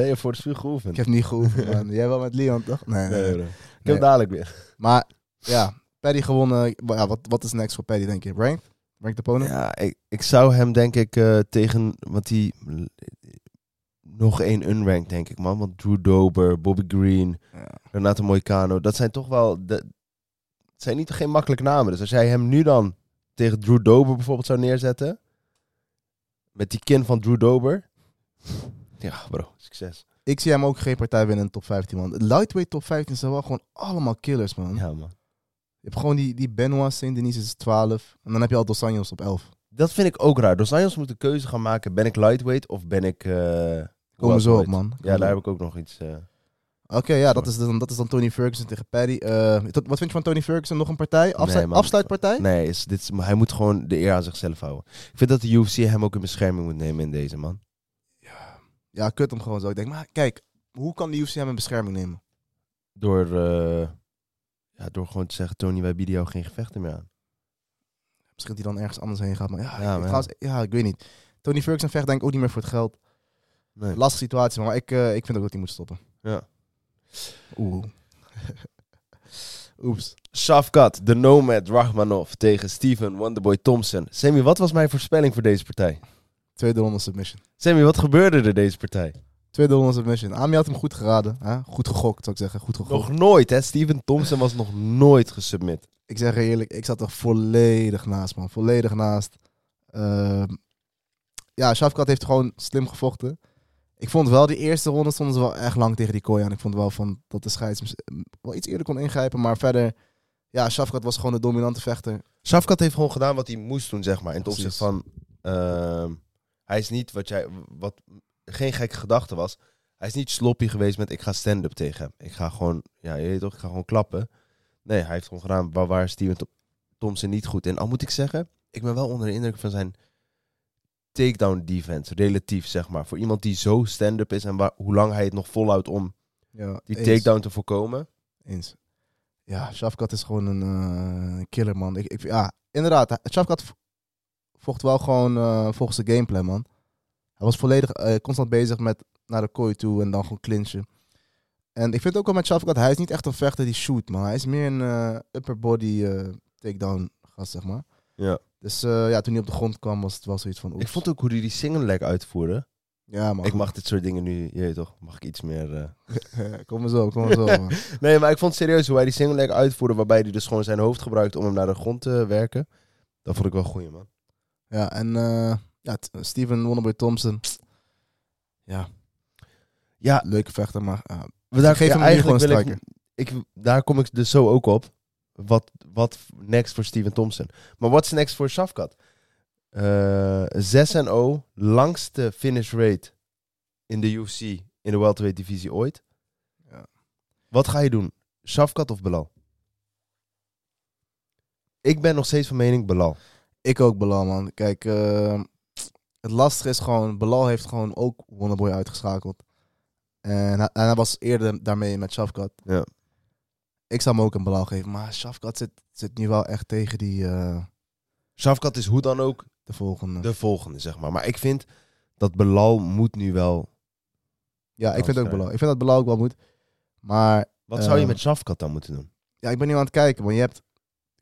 [SPEAKER 4] Je hebt voor het vuur geoefend.
[SPEAKER 5] ik heb niet geoefend, man. Jij wel met Leon, toch? Nee, nee, nee.
[SPEAKER 4] Nee, bro. Ik
[SPEAKER 5] Nee.
[SPEAKER 4] heb dadelijk weer.
[SPEAKER 5] Maar ja, Paddy gewonnen. Ja, wat, wat is next voor Paddy, denk je? Ranked? Ranked opponent?
[SPEAKER 4] Ja, ik, ik zou hem denk ik eh, tegen... Want die... Nog één unranked denk ik man. Want Drew Dober, Bobby Green,
[SPEAKER 5] Ja.
[SPEAKER 4] Renato Moicano. Dat zijn toch wel... Dat het zijn niet geen makkelijke namen. Dus als jij hem nu dan tegen Drew Dober bijvoorbeeld zou neerzetten... Met die kin van Drew Dober... Ja bro, succes.
[SPEAKER 5] Ik zie hem ook geen partij winnen in de top 15, man. Lightweight top 15 zijn wel gewoon allemaal killers, man.
[SPEAKER 4] Ja man.
[SPEAKER 5] Je hebt gewoon die, die Benoit Saint-Denis is 12. En dan heb je al Dos Anjos op 11.
[SPEAKER 4] Dat vind ik ook raar. Dos Anjos moet een keuze gaan maken. Ben ik lightweight of ben ik... eh,
[SPEAKER 5] Komen we zo op,
[SPEAKER 4] welterweight?
[SPEAKER 5] man.
[SPEAKER 4] Ja, daar heb ik ook nog iets... eh,
[SPEAKER 5] Oké, ja, dat is, dan, dat is dan Tony Ferguson tegen Paddy. Eh, tot- wat vind je van Tony Ferguson? Nog een partij? Afsluit,
[SPEAKER 4] man.
[SPEAKER 5] afsluitpartij?
[SPEAKER 4] Nee, is, dit is, maar hij moet gewoon de eer aan zichzelf houden. Ik vind dat de UFC hem ook in bescherming moet nemen in deze, man.
[SPEAKER 5] Ja, kut hem gewoon zo. Ik denk, maar kijk, hoe kan de UFC hem in bescherming nemen?
[SPEAKER 4] Door, eh, ja, door gewoon te zeggen, Tony, wij bieden jou geen gevechten meer aan.
[SPEAKER 5] Misschien dat hij dan ergens anders heen gaat. Maar ja, ik,
[SPEAKER 4] Ja, man.
[SPEAKER 5] trouwens, ja, ik weet niet. Tony Ferguson vecht denk ik ook niet meer voor het geld.
[SPEAKER 4] Nee.
[SPEAKER 5] Lastige situatie, maar ik, eh, ik vind ook dat hij moet stoppen.
[SPEAKER 4] Ja.
[SPEAKER 5] Oeh. Oeps.
[SPEAKER 4] Shafkat, de Nomad Rahmanov tegen Steven Wonderboy Thompson. Sammy, wat was mijn voorspelling voor deze partij?
[SPEAKER 5] Tweede ronde submission.
[SPEAKER 4] Sammy, wat gebeurde er deze partij?
[SPEAKER 5] Tweede ronde submission. Ami had hem goed geraden. Hè? Goed gegokt, zou ik zeggen. Goed gegokt.
[SPEAKER 4] Nog nooit, hè? Steven Thompson was nog nooit gesubmit.
[SPEAKER 5] Ik zeg je eerlijk, ik zat er volledig naast, man. Volledig naast. Ehm, ja, Shafkat heeft gewoon slim gevochten. Ik vond wel, die eerste ronde stonden ze wel echt lang tegen die kooi aan. Ik vond wel van dat de scheids mis- wel iets eerder kon ingrijpen. Maar verder, ja, Shafkat was gewoon de dominante vechter.
[SPEAKER 4] Safkat heeft gewoon gedaan wat hij moest doen, zeg maar. In het opzicht
[SPEAKER 5] Precies.
[SPEAKER 4] van... ehm, hij is niet wat jij... Wat geen gekke gedachte was. Hij is niet sloppy geweest met... Ik ga stand-up tegen hem. Ik ga gewoon... Ja, je weet toch? Ik ga gewoon klappen. Nee, hij heeft gewoon gedaan... Waar, waar is Steven Thom- Thompson niet goed in? Al moet ik zeggen... Ik ben wel onder de indruk van zijn... Takedown defense. Relatief, zeg maar. Voor iemand die zo stand-up is... En waar, hoe lang hij het nog volhoudt om
[SPEAKER 5] Ja,
[SPEAKER 4] die
[SPEAKER 5] eens.
[SPEAKER 4] takedown te voorkomen.
[SPEAKER 5] Eens. Ja, Shafkat is gewoon een eh, killer, man. Ik, ik, ja, inderdaad. hij- Shafkat vo- vocht wel gewoon eh, volgens de gameplan, man. Hij was volledig eh, constant bezig met naar de kooi toe en dan gewoon clinchen. En ik vind ook wel met Shafkat, hij is niet echt een vechter die shoot, man. Hij is meer een eh, upper body eh, takedown gast, zeg maar.
[SPEAKER 4] Ja.
[SPEAKER 5] Dus eh, ja, toen hij op de grond kwam, was het wel zoiets van... oeps.
[SPEAKER 4] Ik vond ook hoe hij die single leg uitvoerde.
[SPEAKER 5] Ja, man.
[SPEAKER 4] Ik mag dit soort dingen nu, je weet toch, mag ik iets meer... eh,
[SPEAKER 5] kom maar zo, kom maar zo, man.
[SPEAKER 4] Nee, maar ik vond serieus hoe hij die single leg uitvoerde... waarbij hij dus gewoon zijn hoofd gebruikt om hem naar de grond te werken. Dat vond ik wel goeie, man.
[SPEAKER 5] Ja, en eh ja, t- Steven Wonderboy Thompson. Ja.
[SPEAKER 4] Ja.
[SPEAKER 5] Leuke vechter, maar ja,
[SPEAKER 4] We
[SPEAKER 5] daar- Geef ja, hem hier eigenlijk gewoon een wil
[SPEAKER 4] ik, Daar kom ik dus zo ook op. Wat, wat next voor Steven Thompson? Maar what's next voor Shafkat? Eh 6 en 0, langste finish rate in de UFC, in de welterweight divisie ooit.
[SPEAKER 5] Ja.
[SPEAKER 4] Wat ga je doen? Shafkat of Belal? Ik ben nog steeds van mening Belal.
[SPEAKER 5] ik ook Belal, man. Kijk, eh, het lastige is gewoon, Belal heeft gewoon ook Wonderboy uitgeschakeld. En hij, en hij was eerder daarmee met Shafkat.
[SPEAKER 4] Ja.
[SPEAKER 5] Ik zou hem ook een Belal geven, maar Shafkat zit, zit nu wel echt tegen die eh,
[SPEAKER 4] Shafkat is hoe dan ook
[SPEAKER 5] de volgende.
[SPEAKER 4] de volgende, zeg maar. Maar ik vind dat Belal moet nu wel...
[SPEAKER 5] ja, ik vind ook
[SPEAKER 4] Oké.
[SPEAKER 5] Belal. Ik vind dat Belal ook wel moet. Maar
[SPEAKER 4] Wat zou je
[SPEAKER 5] Eh.
[SPEAKER 4] met Shafkat dan moeten doen?
[SPEAKER 5] ja, ik ben nu aan het kijken, want je hebt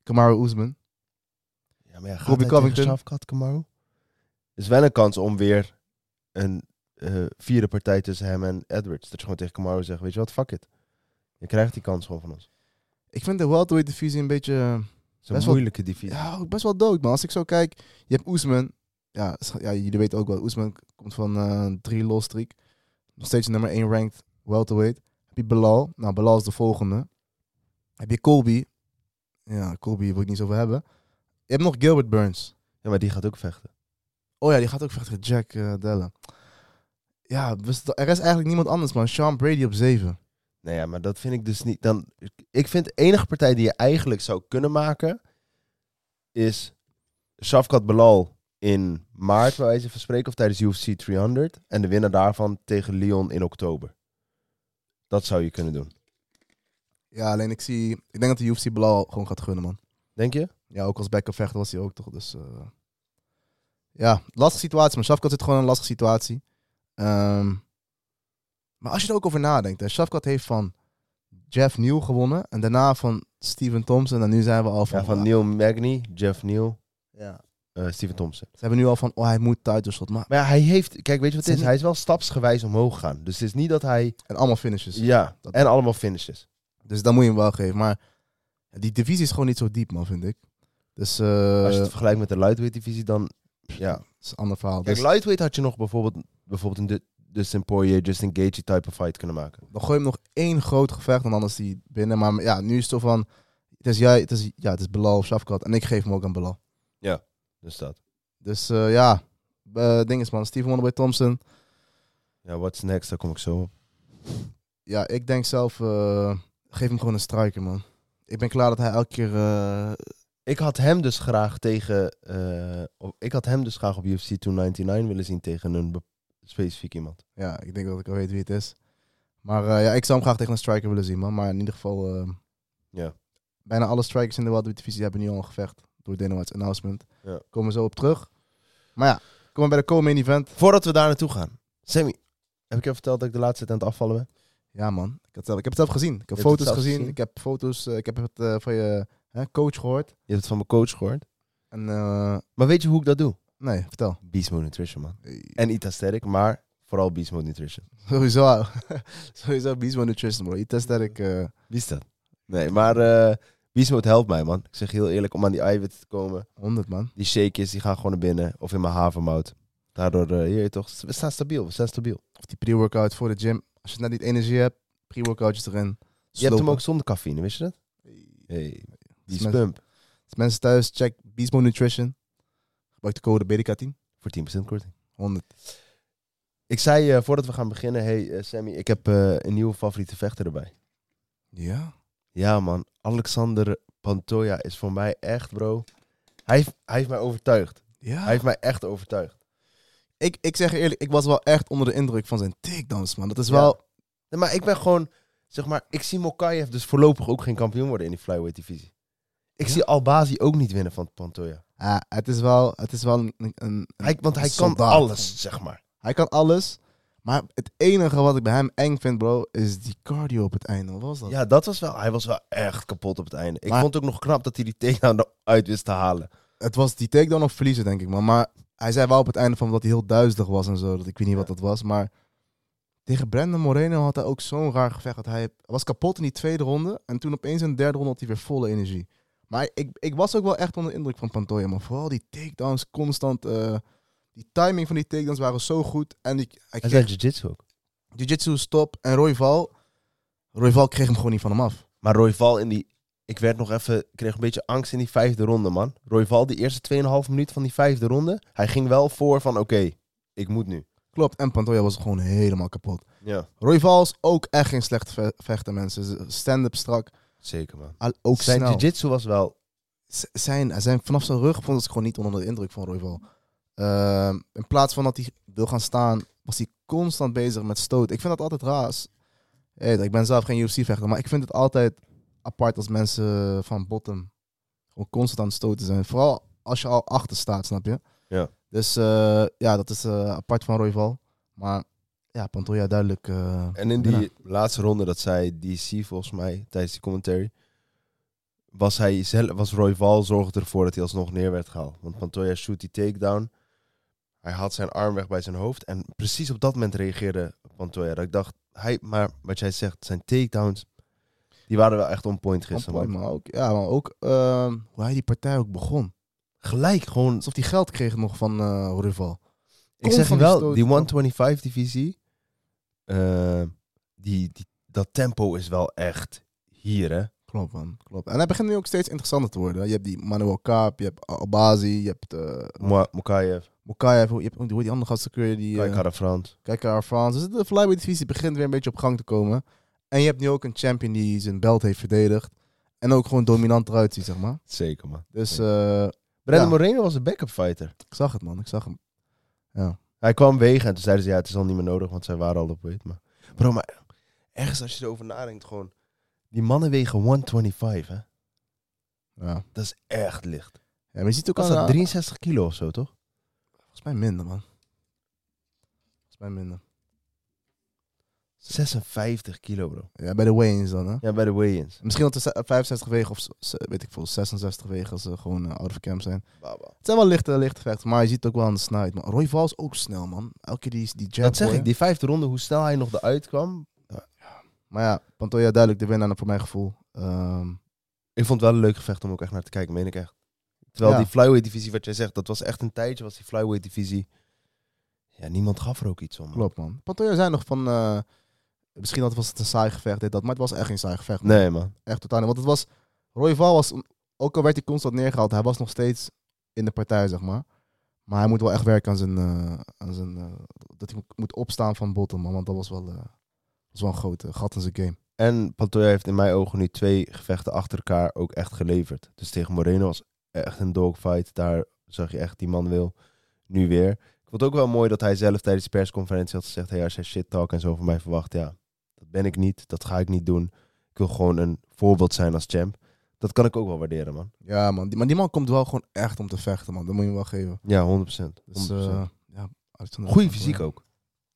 [SPEAKER 5] Kamaru Usman.
[SPEAKER 4] Ja, maar ja, gaat
[SPEAKER 5] Robbie
[SPEAKER 4] hij
[SPEAKER 5] Covington.
[SPEAKER 4] tegen Shafkat Kamaru? is wel een kans om weer een eh, vierde partij tussen hem en Edwards. Dat je gewoon tegen Kamaru zegt, weet je wat, fuck it. Je krijgt die kans gewoon van ons.
[SPEAKER 5] Ik vind de welterweight divisie een beetje... eh,
[SPEAKER 4] Het is een
[SPEAKER 5] Best wel-
[SPEAKER 4] moeilijke divisie.
[SPEAKER 5] Ja, ook best wel dood, man. Als ik zo kijk, je hebt Oesman. Ja, sch- ja jullie weten ook wel. Oesman komt van eh drie loss streak. Nog steeds nummer 1 ranked welterweight. Heb je Belal. Nou, Belal is de volgende. Heb je Colby. Ja, Colby wil ik niet zo over hebben. Je hebt nog Gilbert Burns.
[SPEAKER 4] Ja, maar die gaat ook vechten.
[SPEAKER 5] Oh ja, die gaat ook vechten tegen Jack eh Della. Ja, dus er is eigenlijk niemand anders, man. Sean Brady op 7.
[SPEAKER 4] Nou ja, maar dat vind ik dus niet. Dan, ik vind de enige partij die je eigenlijk zou kunnen maken. is Shafkat Belal in maart, bij wijze van spreken. of tijdens UFC 300. En de winnaar daarvan tegen Lyon in oktober. Dat zou je kunnen doen.
[SPEAKER 5] Ja, alleen ik zie... Ik denk dat de UFC Belal gewoon gaat gunnen, man.
[SPEAKER 4] Denk je?
[SPEAKER 5] Ja, ook als backup vechter was hij ook toch. Dus eh, ja, lastige situatie. Maar Shafkat zit gewoon in een lastige situatie. Ehm, maar als je er ook over nadenkt. hè, Shafkat heeft van Jeff Neal gewonnen. En daarna van Steven Thompson. En nu zijn we al van...
[SPEAKER 4] Ja, van
[SPEAKER 5] ah,
[SPEAKER 4] Neil Magny, Jeff Neal,
[SPEAKER 5] Ja.
[SPEAKER 4] eh, Steven Thompson.
[SPEAKER 5] Ze hebben nu al van, oh hij moet title Maar,
[SPEAKER 4] Maar ja, hij heeft. Kijk, weet je wat
[SPEAKER 5] Zijn
[SPEAKER 4] het is?
[SPEAKER 5] die-
[SPEAKER 4] Hij is wel stapsgewijs omhoog gegaan. Dus het is niet dat hij.
[SPEAKER 5] en allemaal finishes.
[SPEAKER 4] Ja,
[SPEAKER 5] dat-
[SPEAKER 4] en allemaal finishes.
[SPEAKER 5] Dus dat moet je hem wel geven. Maar die divisie is gewoon niet zo diep man, vind ik. Dus eh,
[SPEAKER 4] Als je het vergelijkt met de lightweight divisie, dan. Ja.
[SPEAKER 5] dat is een ander verhaal.
[SPEAKER 4] Kijk,
[SPEAKER 5] Dus
[SPEAKER 4] lightweight had je nog bijvoorbeeld, bijvoorbeeld een Du- Dustin Poirier, Justin Gaethje type of fight kunnen maken.
[SPEAKER 5] dan gooi je hem nog één groot gevecht en anders die binnen. Maar ja, nu is het zo van, het is, jij, het is, ja, het is Belal of Shafkat en ik geef hem ook aan Belal.
[SPEAKER 4] Dus dat.
[SPEAKER 5] Dus eh, ja, eh ding is man, Steven Wonderboy Thompson.
[SPEAKER 4] Ja, what's next? Daar kom ik zo op.
[SPEAKER 5] Ja, ik denk zelf, eh, geef hem gewoon een striker man. Ik ben klaar dat hij elke keer, eh,
[SPEAKER 4] Ik had hem dus graag tegen. eh, op- ik had hem dus graag op UFC 299 willen zien tegen een be- specifiek iemand.
[SPEAKER 5] ja, ik denk dat ik al weet wie het is. Maar eh, ja, ik zou hem graag tegen een striker willen zien man. Maar in ieder geval, eh,
[SPEAKER 4] Ja.
[SPEAKER 5] bijna alle strikers in de welterweight divisie hebben nu al een gevecht. Door Dana White's announcement.
[SPEAKER 4] Ja.
[SPEAKER 5] Komen we zo op terug. Maar ja, kom maar bij de co-main event.
[SPEAKER 4] Voordat we daar naartoe gaan, Sammy, heb ik je verteld dat ik de laatste tijd aan het afvallen ben?
[SPEAKER 5] Ja, man. Ik, had zelf, ik heb het zelf gezien. Ik heb
[SPEAKER 4] Je hebt het
[SPEAKER 5] foto's
[SPEAKER 4] zelf
[SPEAKER 5] gezien.
[SPEAKER 4] gezien?
[SPEAKER 5] Ik heb foto's. eh, ik heb het eh, van je hè, coach gehoord.
[SPEAKER 4] Je hebt het van mijn coach gehoord.
[SPEAKER 5] En eh,
[SPEAKER 4] Maar weet je hoe ik dat doe?
[SPEAKER 5] nee, vertel.
[SPEAKER 4] Beast Mode Nutrition, man.
[SPEAKER 5] Eh,
[SPEAKER 4] En Itastatic, maar vooral Beast Mode Nutrition.
[SPEAKER 5] Sowieso. Sowieso Bismo Nutrition, bro. Je test dat ik. eh,
[SPEAKER 4] Wie is dat? Nee, maar eh Beast Mode helpt mij, man. Ik zeg je heel eerlijk, om aan die eiwitten te komen.
[SPEAKER 5] 100, man.
[SPEAKER 4] die shakejes die gaan gewoon naar binnen of in mijn havermout. Daardoor, eh, hier toch, we staan stabiel, we staan stabiel.
[SPEAKER 5] Of die pre-workout voor de gym. Als je net niet energie hebt, pre-workoutjes erin.
[SPEAKER 4] Je hebt hem
[SPEAKER 5] Slopen. Dus
[SPEAKER 4] ook zonder cafeïne, wist je dat? Hey, die is
[SPEAKER 5] Smash.
[SPEAKER 4] pump.
[SPEAKER 5] Dus mensen thuis, check Beast Mode Nutrition. Gebruik de code BDK10.
[SPEAKER 4] Voor 10% korting.
[SPEAKER 5] 100.
[SPEAKER 4] Ik zei eh, voordat we gaan beginnen, hey eh, Sammy, ik heb eh, een nieuwe favoriete vechter erbij.
[SPEAKER 5] Ja?
[SPEAKER 4] Ja man, Alexander Pantoja is voor mij echt, bro. Hij heeft, hij heeft mij overtuigd.
[SPEAKER 5] Ja.
[SPEAKER 4] Hij heeft mij echt overtuigd.
[SPEAKER 5] ik, ik zeg je eerlijk, ik was wel echt onder de indruk van zijn takedowns, man. Dat is wel...
[SPEAKER 4] Nee, maar ik ben gewoon, zeg maar, ik zie Mokayev dus voorlopig ook geen kampioen worden in die flyweight divisie. Ik
[SPEAKER 5] Ja?
[SPEAKER 4] zie Albazi ook niet winnen van Pantoja.
[SPEAKER 5] Ja, ah, het is wel, het is wel een... een- een
[SPEAKER 4] Hij, want hij
[SPEAKER 5] een
[SPEAKER 4] kan
[SPEAKER 5] soldaat.
[SPEAKER 4] alles, zeg maar.
[SPEAKER 5] Hij kan alles. Maar het enige wat ik bij hem eng vind, bro, is die cardio op het einde. Wat was dat?
[SPEAKER 4] Ja, dat was wel, hij was wel echt kapot op het einde. Ik
[SPEAKER 5] Maar-
[SPEAKER 4] vond het ook nog knap dat hij die takedown uit wist te halen.
[SPEAKER 5] Het was die takedown of verliezen, denk ik, man. Maar hij zei wel op het einde van dat hij heel duizelig was en zo. Dat ik weet niet
[SPEAKER 4] Ja.
[SPEAKER 5] wat dat was. Maar tegen Brandon Moreno had hij ook zo'n raar gevecht. Dat hij was kapot in die tweede ronde. En toen opeens in de derde ronde had hij weer volle energie. Maar ik, ik was ook wel echt onder de indruk van Pantoja. Maar vooral die takedowns constant. eh, die timing van die takedowns waren zo goed. En die, hij
[SPEAKER 4] Hij
[SPEAKER 5] kreeg
[SPEAKER 4] zei jiu-jitsu ook.
[SPEAKER 5] jiu-jitsu stop en Royval. Royval kreeg hem gewoon niet van hem af.
[SPEAKER 4] Maar Royval in die... Ik werd nog even... Ik kreeg een beetje angst in die vijfde ronde, man. Royval, die eerste 2,5 minuut van die vijfde ronde... Hij ging wel voor van, oké, ik moet nu.
[SPEAKER 5] Klopt, en Pantoja was gewoon helemaal kapot.
[SPEAKER 4] Ja.
[SPEAKER 5] Roy Vals ook echt geen slechte ve- vechter, mensen. Stand-up strak,
[SPEAKER 4] Zeker, man.
[SPEAKER 5] al- ook
[SPEAKER 4] Zijn
[SPEAKER 5] snel.
[SPEAKER 4] jiu-jitsu was wel...
[SPEAKER 5] Z- zijn, zijn, vanaf zijn rug vond ik gewoon niet onder de indruk van Royval. Ehm in plaats van dat hij wil gaan staan, was hij constant bezig met stoot. Ik vind dat altijd raas. Hey, ik ben zelf geen UFC-vechter, maar ik vind het altijd apart als mensen van bottom gewoon constant aan het stoten zijn. Vooral als je al achter staat, snap je?
[SPEAKER 4] Ja.
[SPEAKER 5] Dus eh, ja, dat is eh, apart van Royval. Maar ja, Pantoja duidelijk. eh,
[SPEAKER 4] En in die
[SPEAKER 5] winnaar.
[SPEAKER 4] laatste ronde, dat zei DC volgens mij... Tijdens die commentary... Was, hij zelf, was Royval zorgde ervoor dat hij alsnog neer werd gehaald. Want Pantoja shoot die takedown. Hij haalt zijn arm weg bij zijn hoofd. En precies op dat moment reageerde Pantoja. Dat ik dacht, hij, maar wat jij zegt, zijn takedowns... Die waren wel echt on point gisteren,
[SPEAKER 5] Van Poel,
[SPEAKER 4] man.
[SPEAKER 5] maar ook, ja, maar ook ehm, hoe hij die partij ook begon.
[SPEAKER 4] gelijk gewoon.
[SPEAKER 5] Alsof hij geld kreeg nog van eh Rival.
[SPEAKER 4] Ik zeg je
[SPEAKER 5] van die
[SPEAKER 4] wel,
[SPEAKER 5] stoot,
[SPEAKER 4] die
[SPEAKER 5] man.
[SPEAKER 4] 125 divisie, eh, die, die, dat tempo is wel echt hier, hè?
[SPEAKER 5] Klopt, man. Klopt. En hij begint nu ook steeds interessanter te worden. Je hebt die Manuel Kaap, je hebt Albazi, je hebt eh
[SPEAKER 4] Mo- Mokayev,
[SPEAKER 5] Mokaev, je hebt ook die, hoe die andere gast ook weer, die
[SPEAKER 4] Kai
[SPEAKER 5] eh,
[SPEAKER 4] Karafrant.
[SPEAKER 5] Kijk naar Frans. Dus de flyweight divisie begint weer een beetje op gang te komen. En je hebt nu ook een champion die zijn belt heeft verdedigd. En ook gewoon dominant eruit ziet, zeg maar.
[SPEAKER 4] Zeker, man.
[SPEAKER 5] Dus
[SPEAKER 4] Ja.
[SPEAKER 5] eh,
[SPEAKER 4] Brandon
[SPEAKER 5] ja.
[SPEAKER 4] Moreno was een backup fighter.
[SPEAKER 5] ik zag het, man. Ik zag hem.
[SPEAKER 4] Hij kwam wegen en toen zeiden ze, ja, het is al niet meer nodig, want zij waren al op weight. Maar bro, maar ergens als je erover nadenkt, gewoon, die mannen wegen 125, hè?
[SPEAKER 5] Ja.
[SPEAKER 4] Dat is echt licht.
[SPEAKER 5] ja maar je ziet ook
[SPEAKER 4] Was
[SPEAKER 5] aan
[SPEAKER 4] dat
[SPEAKER 5] de-
[SPEAKER 4] 63 kilo of zo, toch?
[SPEAKER 5] Volgens mij minder, man. Volgens mij minder.
[SPEAKER 4] 56 kilo, bro.
[SPEAKER 5] Ja, bij de weigh-ins dan, hè?
[SPEAKER 4] Ja, bij de weigh-ins.
[SPEAKER 5] Misschien dat er ze- 65 wegen of z- z- weet ik veel, 66 wegen als ze gewoon eh, out of camp zijn.
[SPEAKER 4] Baba.
[SPEAKER 5] Het zijn wel lichte, lichte vechten, maar je ziet het ook wel aan de snelheid. Maar Roy Vals ook snel, man. Elke keer die, die jab.
[SPEAKER 4] Dat zeg
[SPEAKER 5] gooien.
[SPEAKER 4] ik, die vijfde ronde, hoe snel hij nog eruit kwam,
[SPEAKER 5] Maar ja, Pantoja duidelijk de winnaar voor mijn gevoel. Ehm,
[SPEAKER 4] Ik vond het wel een leuk gevecht om ook echt naar te kijken, meen ik echt. Terwijl
[SPEAKER 5] Ja.
[SPEAKER 4] die flyweight divisie, wat jij zegt, dat was echt een tijdje, was die flyweight divisie. Ja, niemand gaf er ook iets om. man.
[SPEAKER 5] klopt, man. Pantoja zijn nog van... eh, misschien dat was het een saai gevecht, dit, dat. Maar het was echt geen saai gevecht. man.
[SPEAKER 4] Nee, man.
[SPEAKER 5] Echt totaal niet. Want het was... Roy Val was... Ook al werd hij constant neergehaald, hij was nog steeds in de partij, zeg maar. Maar hij moet wel echt werken aan zijn... eh, aan zijn eh, dat hij moet opstaan van bottom, man. Want dat was wel, eh, was wel een grote gat in zijn game.
[SPEAKER 4] En Pantoja heeft in mijn ogen nu twee gevechten achter elkaar ook echt geleverd. Dus tegen Moreno was echt een dogfight. Daar zag je echt, die man wil nu weer. Ik vond het ook wel mooi dat hij zelf tijdens de persconferentie had gezegd... Hey, als jij shit talk en zo van mij verwacht, ja, dat ben ik niet. Dat ga ik niet doen. Ik wil gewoon een voorbeeld zijn als champ. Dat kan ik ook wel waarderen, man.
[SPEAKER 5] Ja, man. Die, maar die man komt wel gewoon echt om te vechten, man. Dat moet je hem wel geven.
[SPEAKER 4] Ja, 100%. 100%.
[SPEAKER 5] Dus, eh ja, Alexander
[SPEAKER 4] Goeie
[SPEAKER 5] Pantoja.
[SPEAKER 4] fysiek ook.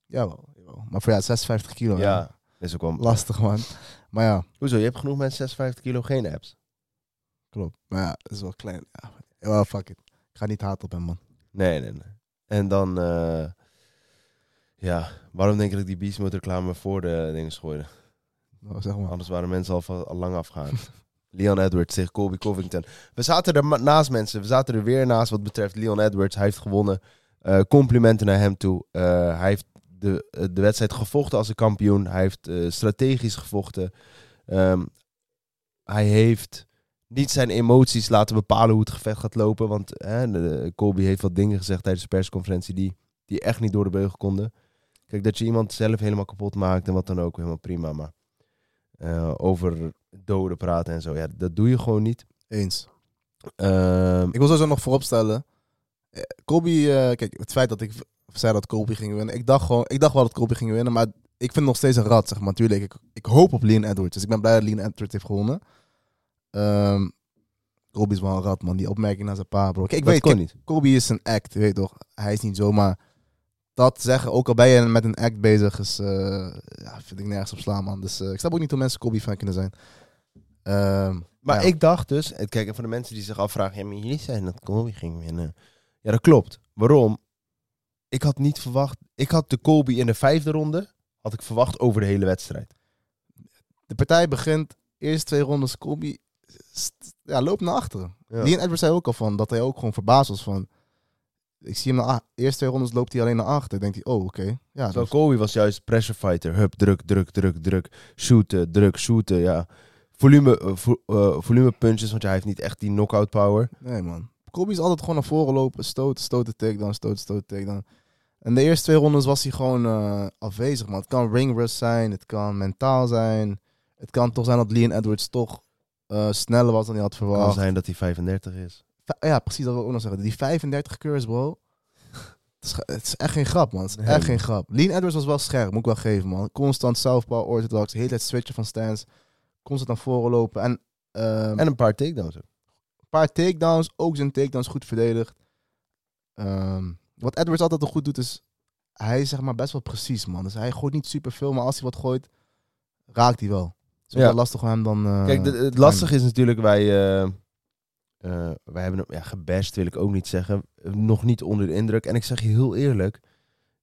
[SPEAKER 5] Jawel, jawel. Maar voor ja, 56 kilo. hè.
[SPEAKER 4] Ja. Is ook wel...
[SPEAKER 5] Lastig, man. Maar ja,
[SPEAKER 4] Hoezo, je hebt genoeg mensen 56 kilo geen apps?
[SPEAKER 5] klopt. Maar ja, dat is wel klein. Ja, well, fuck it. Ik ga niet haten op hem, man.
[SPEAKER 4] Nee, nee, nee. En dan... eh, ja, waarom denk ik dat ik die Beast Mode reclame voor de dingen gooide?
[SPEAKER 5] Nou, zeg maar.
[SPEAKER 4] Anders waren mensen al, van- al lang afgegaan. Leon Edwards tegen Colby Covington. We zaten er ma- naast mensen. We zaten er weer naast wat betreft Leon Edwards. Hij heeft gewonnen. Eh, complimenten naar hem toe. Eh, hij heeft de de, eh, de wedstrijd gevochten als een kampioen. Hij heeft eh, strategisch gevochten. Ehm, hij heeft niet zijn emoties laten bepalen hoe het gevecht gaat lopen. Want hè, de- de- Colby heeft wat dingen gezegd tijdens de persconferentie die, die echt niet door de beugel konden. Kijk, dat je iemand zelf helemaal kapot maakt en wat dan ook, helemaal prima. Maar eh, over doden praten en zo, ja, dat doe je gewoon niet.
[SPEAKER 5] Eens.
[SPEAKER 4] Ehm,
[SPEAKER 5] Ik wil sowieso nog vooropstellen. Eh, Kobe, eh, kijk, het feit dat ik v- zei dat Kobe ging winnen. Ik dacht, gewoon, ik dacht wel dat Kobe ging winnen, maar ik vind het nog steeds een rat, zeg maar. Tuurlijk, ik, ik hoop op Lean Edwards. Dus ik ben blij dat Lean Edwards heeft gewonnen. Ehm Kobe is wel een rat, man. Die opmerking naar zijn pa, bro. Kijk, ik
[SPEAKER 4] dat
[SPEAKER 5] weet,
[SPEAKER 4] kon
[SPEAKER 5] kijk,
[SPEAKER 4] niet.
[SPEAKER 5] Kobe is een act, je weet toch? Hij is niet zomaar dat zeggen. Ook al ben je met een act bezig, is, eh, ja, vind ik nergens op slaan, man. Dus eh, ik snap ook niet hoe mensen Kobe fan kunnen zijn. Ehm,
[SPEAKER 4] Maar
[SPEAKER 5] ja.
[SPEAKER 4] ik dacht dus, en kijk, en voor de mensen die zich afvragen, ja, maar jullie zeiden dat Colby ging winnen. Ja, dat klopt. Waarom? Ik had niet verwacht, ik had de Colby in de vijfde ronde, had ik verwacht over de hele wedstrijd.
[SPEAKER 5] De partij begint, eerste twee rondes, Colby st- ja, loopt naar achteren.
[SPEAKER 4] Ja.
[SPEAKER 5] Leon Edwards zei ook al van, dat hij ook gewoon verbaasd was van... Ik zie hem na a- eerste twee rondes loopt hij alleen naar achter. Denkt hij, oh, oké. Ja,
[SPEAKER 4] Terwijl
[SPEAKER 5] dus-
[SPEAKER 4] Colby was juist pressure fighter, hup, druk, druk, druk, druk, shooten, druk, shooten, ja. Volume, eh, vo- eh, volume punches, want ja, hij heeft niet echt die knockout power.
[SPEAKER 5] nee man. Colby is altijd gewoon naar voren lopen. Stoot, stoot de takedown, stoot, stoot de takedown. En de eerste twee rondes was hij gewoon eh, afwezig, man. Het kan ring rust zijn, het kan mentaal zijn. Het kan toch zijn dat Leon Edwards toch eh, sneller was dan hij had
[SPEAKER 4] Het kan
[SPEAKER 5] verwacht.
[SPEAKER 4] zijn dat hij 35 is.
[SPEAKER 5] Va- Ja, precies, dat wil ik ook nog zeggen. Die 35 curves, bro. Het is, ge- het is echt geen grap, man. Het is
[SPEAKER 4] Nee.
[SPEAKER 5] echt geen grap. Lean Edwards was wel scherp, moet ik wel geven, man. Constant southpaw, orthodox, de hele tijd switchen van stance. Constant naar voren lopen. En, ehm,
[SPEAKER 4] En een paar takedowns. ook.
[SPEAKER 5] een paar takedowns, ook zijn takedowns goed verdedigd. Ehm, wat Edwards altijd al goed doet, is... Hij is zeg maar best wel precies, man. Dus hij gooit niet superveel, maar als hij wat gooit, raakt hij wel. Het is
[SPEAKER 4] Ja.
[SPEAKER 5] ja. lastig om hem dan... eh,
[SPEAKER 4] Kijk, de- het lastige is natuurlijk, wij, eh, eh, wij hebben hem ja, gebest, wil ik ook niet zeggen. Nog niet onder de indruk. En ik zeg je heel eerlijk,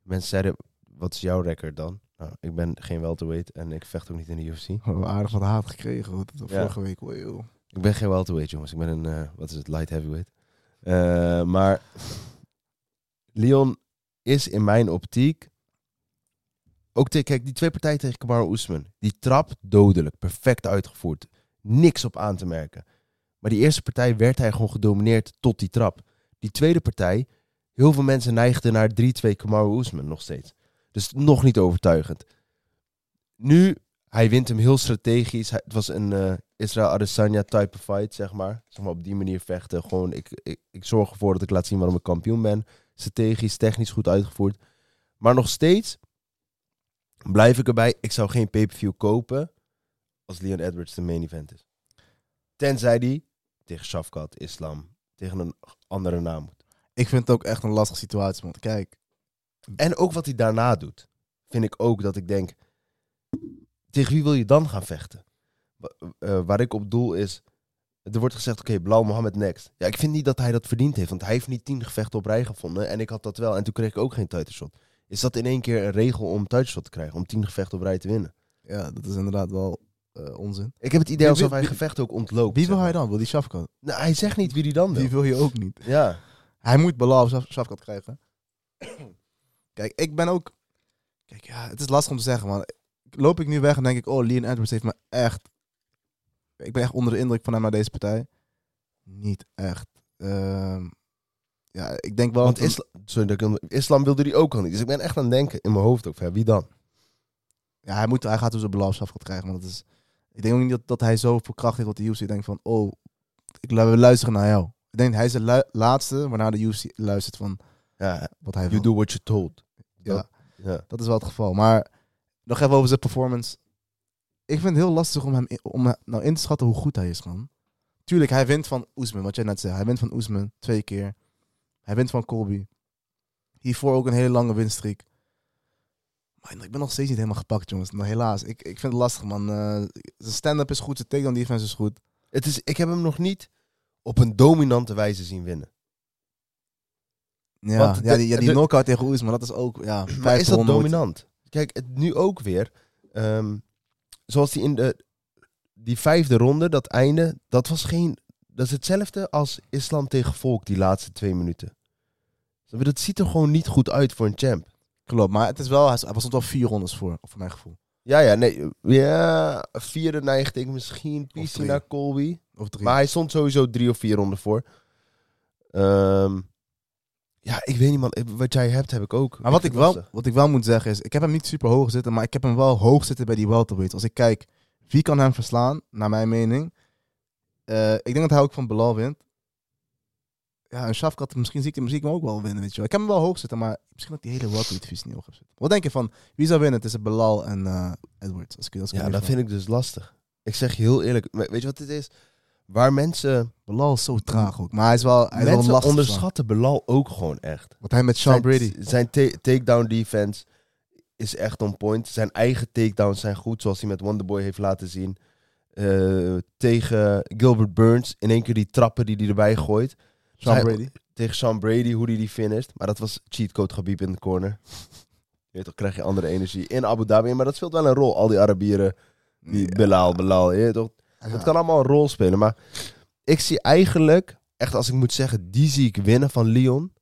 [SPEAKER 4] mensen zeiden, wat is jouw record dan? Nou, ik ben geen welterweight en ik vecht ook niet in de UFC.
[SPEAKER 5] We hebben aardig wat haat gekregen, hoor. Dat
[SPEAKER 4] Ja.
[SPEAKER 5] Vorige week, hoor, joh.
[SPEAKER 4] Ik ben geen welterweight, jongens. Ik ben een, eh, wat is het, light heavyweight. Eh, maar Leon is in mijn optiek... Ook te- kijk, die twee partijen tegen Kamaru Oesman. Die trap dodelijk, perfect uitgevoerd. Niks op aan te merken. Maar die eerste partij werd hij gewoon gedomineerd tot die trap. Die tweede partij, heel veel mensen neigden naar 3-2 Kamaru Oesman nog steeds. Dus nog niet overtuigend. Nu hij wint hem heel strategisch. Hij- het was een eh, Israël Adesanya type fight, zeg maar. Zeg maar op die manier vechten. Gewoon, ik, ik, ik zorg ervoor dat ik laat zien waarom ik kampioen ben. Strategisch, technisch goed uitgevoerd. Maar nog steeds blijf ik erbij. Ik zou geen pay-per-view kopen als Leon Edwards de main event is. Tenzij die tegen Shafkat, Islam, tegen een andere naam moet.
[SPEAKER 5] Ik vind het ook echt een lastige situatie, want kijk,
[SPEAKER 4] En ook wat hij daarna doet, vind ik ook dat ik denk: tegen wie wil je dan gaan vechten? Wa- eh, waar ik op doel is, er wordt gezegd: oké, Blauw Mohammed next. Ja, ik vind niet dat hij dat verdiend heeft, want hij heeft niet tien gevechten op rij gevonden en ik had dat wel en toen kreeg ik ook geen title shot. Is dat in één keer een regel om title shot te krijgen, om tien gevechten op rij te winnen?
[SPEAKER 5] ja, dat is inderdaad wel eh, onzin.
[SPEAKER 4] Ik heb het idee
[SPEAKER 5] Wie- wie-
[SPEAKER 4] alsof hij
[SPEAKER 5] wie-
[SPEAKER 4] gevechten ook ontloopt.
[SPEAKER 5] Wie wil
[SPEAKER 4] zeg
[SPEAKER 5] hij
[SPEAKER 4] maar.
[SPEAKER 5] dan? Wil die Shafkat?
[SPEAKER 4] Nou, hij zegt niet wie die dan wil.
[SPEAKER 5] Die wil je ook niet.
[SPEAKER 4] Ja.
[SPEAKER 5] Hij moet Belal of Shaf- Shafkat krijgen. kijk, ik ben ook... Kijk, ja, het is lastig om te zeggen, man. Loop ik nu weg en denk ik, oh, Leon Edwards heeft me echt... Ik ben echt onder de indruk van hem naar deze partij. Niet echt. Ehm, ja, ik denk wel...
[SPEAKER 4] Want
[SPEAKER 5] dat-
[SPEAKER 4] Isla- sorry, dat ik hem- Islam wilde die ook al niet. Dus ik ben echt aan het denken in mijn hoofd ook. van, ja, wie dan?
[SPEAKER 5] Ja, hij, moet, hij gaat dus een belastaf gaat krijgen. Want dat is, ik denk ook niet dat, dat hij zoveel kracht heeft dat de UFC denkt van... Oh, ik lu- we luisteren naar jou. Ik denk hij is de lu- laatste waarna de UFC luistert van
[SPEAKER 4] Ja,
[SPEAKER 5] wat hij wil.
[SPEAKER 4] you do what you're told.
[SPEAKER 5] Ja.
[SPEAKER 4] Dat- ja.
[SPEAKER 5] Dat is wel het geval. Maar nog even over zijn performance. Ik vind het heel lastig om hem in- om hem nou in te schatten hoe goed hij is, man. Tuurlijk, hij wint van Oesman, wat jij net zei. Hij wint van Oesman twee keer. Hij wint van Colby. Hiervoor ook een hele lange winstreek. Maar ik ben nog steeds niet helemaal gepakt, jongens. Nou, helaas. Ik, ik vind het lastig, man. Eh, zijn stand-up is goed, zijn takedown defense is goed.
[SPEAKER 4] Het is, ik heb hem nog niet op een dominante wijze zien winnen.
[SPEAKER 5] Ja,
[SPEAKER 4] Want
[SPEAKER 5] ja,
[SPEAKER 4] de-
[SPEAKER 5] die, ja, die
[SPEAKER 4] de-
[SPEAKER 5] knockout tegen Oesman, dat is ook... Ja,
[SPEAKER 4] Maar is
[SPEAKER 5] vijfde
[SPEAKER 4] dat
[SPEAKER 5] ronde wordt-
[SPEAKER 4] dominant? Kijk, het, nu ook weer. ehm, zoals die in de die vijfde ronde, dat einde, dat was geen. Dat is hetzelfde als Islam tegen Volk die laatste twee minuten. Snap je, Dat ziet er gewoon niet goed uit voor een champ.
[SPEAKER 5] Klopt, maar het is wel, hij hij was stond wel vier rondes voor, voor mijn gevoel.
[SPEAKER 4] Ja, ja, nee. Ja, vierde neigde ik misschien PC
[SPEAKER 5] drie.
[SPEAKER 4] naar Colby.
[SPEAKER 5] Of drie.
[SPEAKER 4] Maar hij stond sowieso drie of vier ronden voor. Ehm, ja, ik weet niet, man. Ik- Wat jij hebt, heb ik ook.
[SPEAKER 5] Maar wat ik,
[SPEAKER 4] vind het
[SPEAKER 5] wel,
[SPEAKER 4] lastig.
[SPEAKER 5] wat ik wel moet zeggen is, ik heb hem niet super hoog zitten, maar ik heb hem wel hoog zitten bij die welterweight. Als ik kijk, wie kan hem verslaan, naar mijn mening? Eh, ik denk dat hij ook van Belal wint. Ja, en Shafkat, misschien zie ik, hem- zie ik hem ook wel winnen, weet je wel. Ik heb hem wel hoog zitten, maar misschien dat die hele welterweight vies niet hoog heb zitten. Wat denk je van, wie zou winnen tussen Belal en eh, Edwards? Als ik, als ik
[SPEAKER 4] Ja,
[SPEAKER 5] hem
[SPEAKER 4] dat
[SPEAKER 5] even-
[SPEAKER 4] vind ik dus lastig. Ik zeg je heel eerlijk. we- Weet je wat dit is? Waar mensen,
[SPEAKER 5] Belal is zo traag ook, maar hij is wel, hij is wel een
[SPEAKER 4] mensen
[SPEAKER 5] lastig slag.
[SPEAKER 4] onderschatten Belal ook gewoon echt.
[SPEAKER 5] Wat hij met Sean
[SPEAKER 4] zijn,
[SPEAKER 5] Brady...
[SPEAKER 4] Zijn ta- takedown defense is echt on point. Zijn eigen takedowns zijn goed, zoals hij met Wonderboy heeft laten zien. Eh, tegen Gilbert Burns, in één keer die trappen die hij erbij gooit.
[SPEAKER 5] Sean
[SPEAKER 4] Hij-
[SPEAKER 5] Brady.
[SPEAKER 4] Tegen Sean Brady, hoe hij die finished. Maar dat was cheatcode Khabib in de corner. Je weet toch, krijg je andere energie in Abu Dhabi. Maar dat speelt wel een rol, al die Arabieren. Die Belal, Belal, je weet toch. Het kan allemaal een rol spelen. Maar ik zie eigenlijk, echt als ik moet zeggen, die zie ik winnen van Lyon,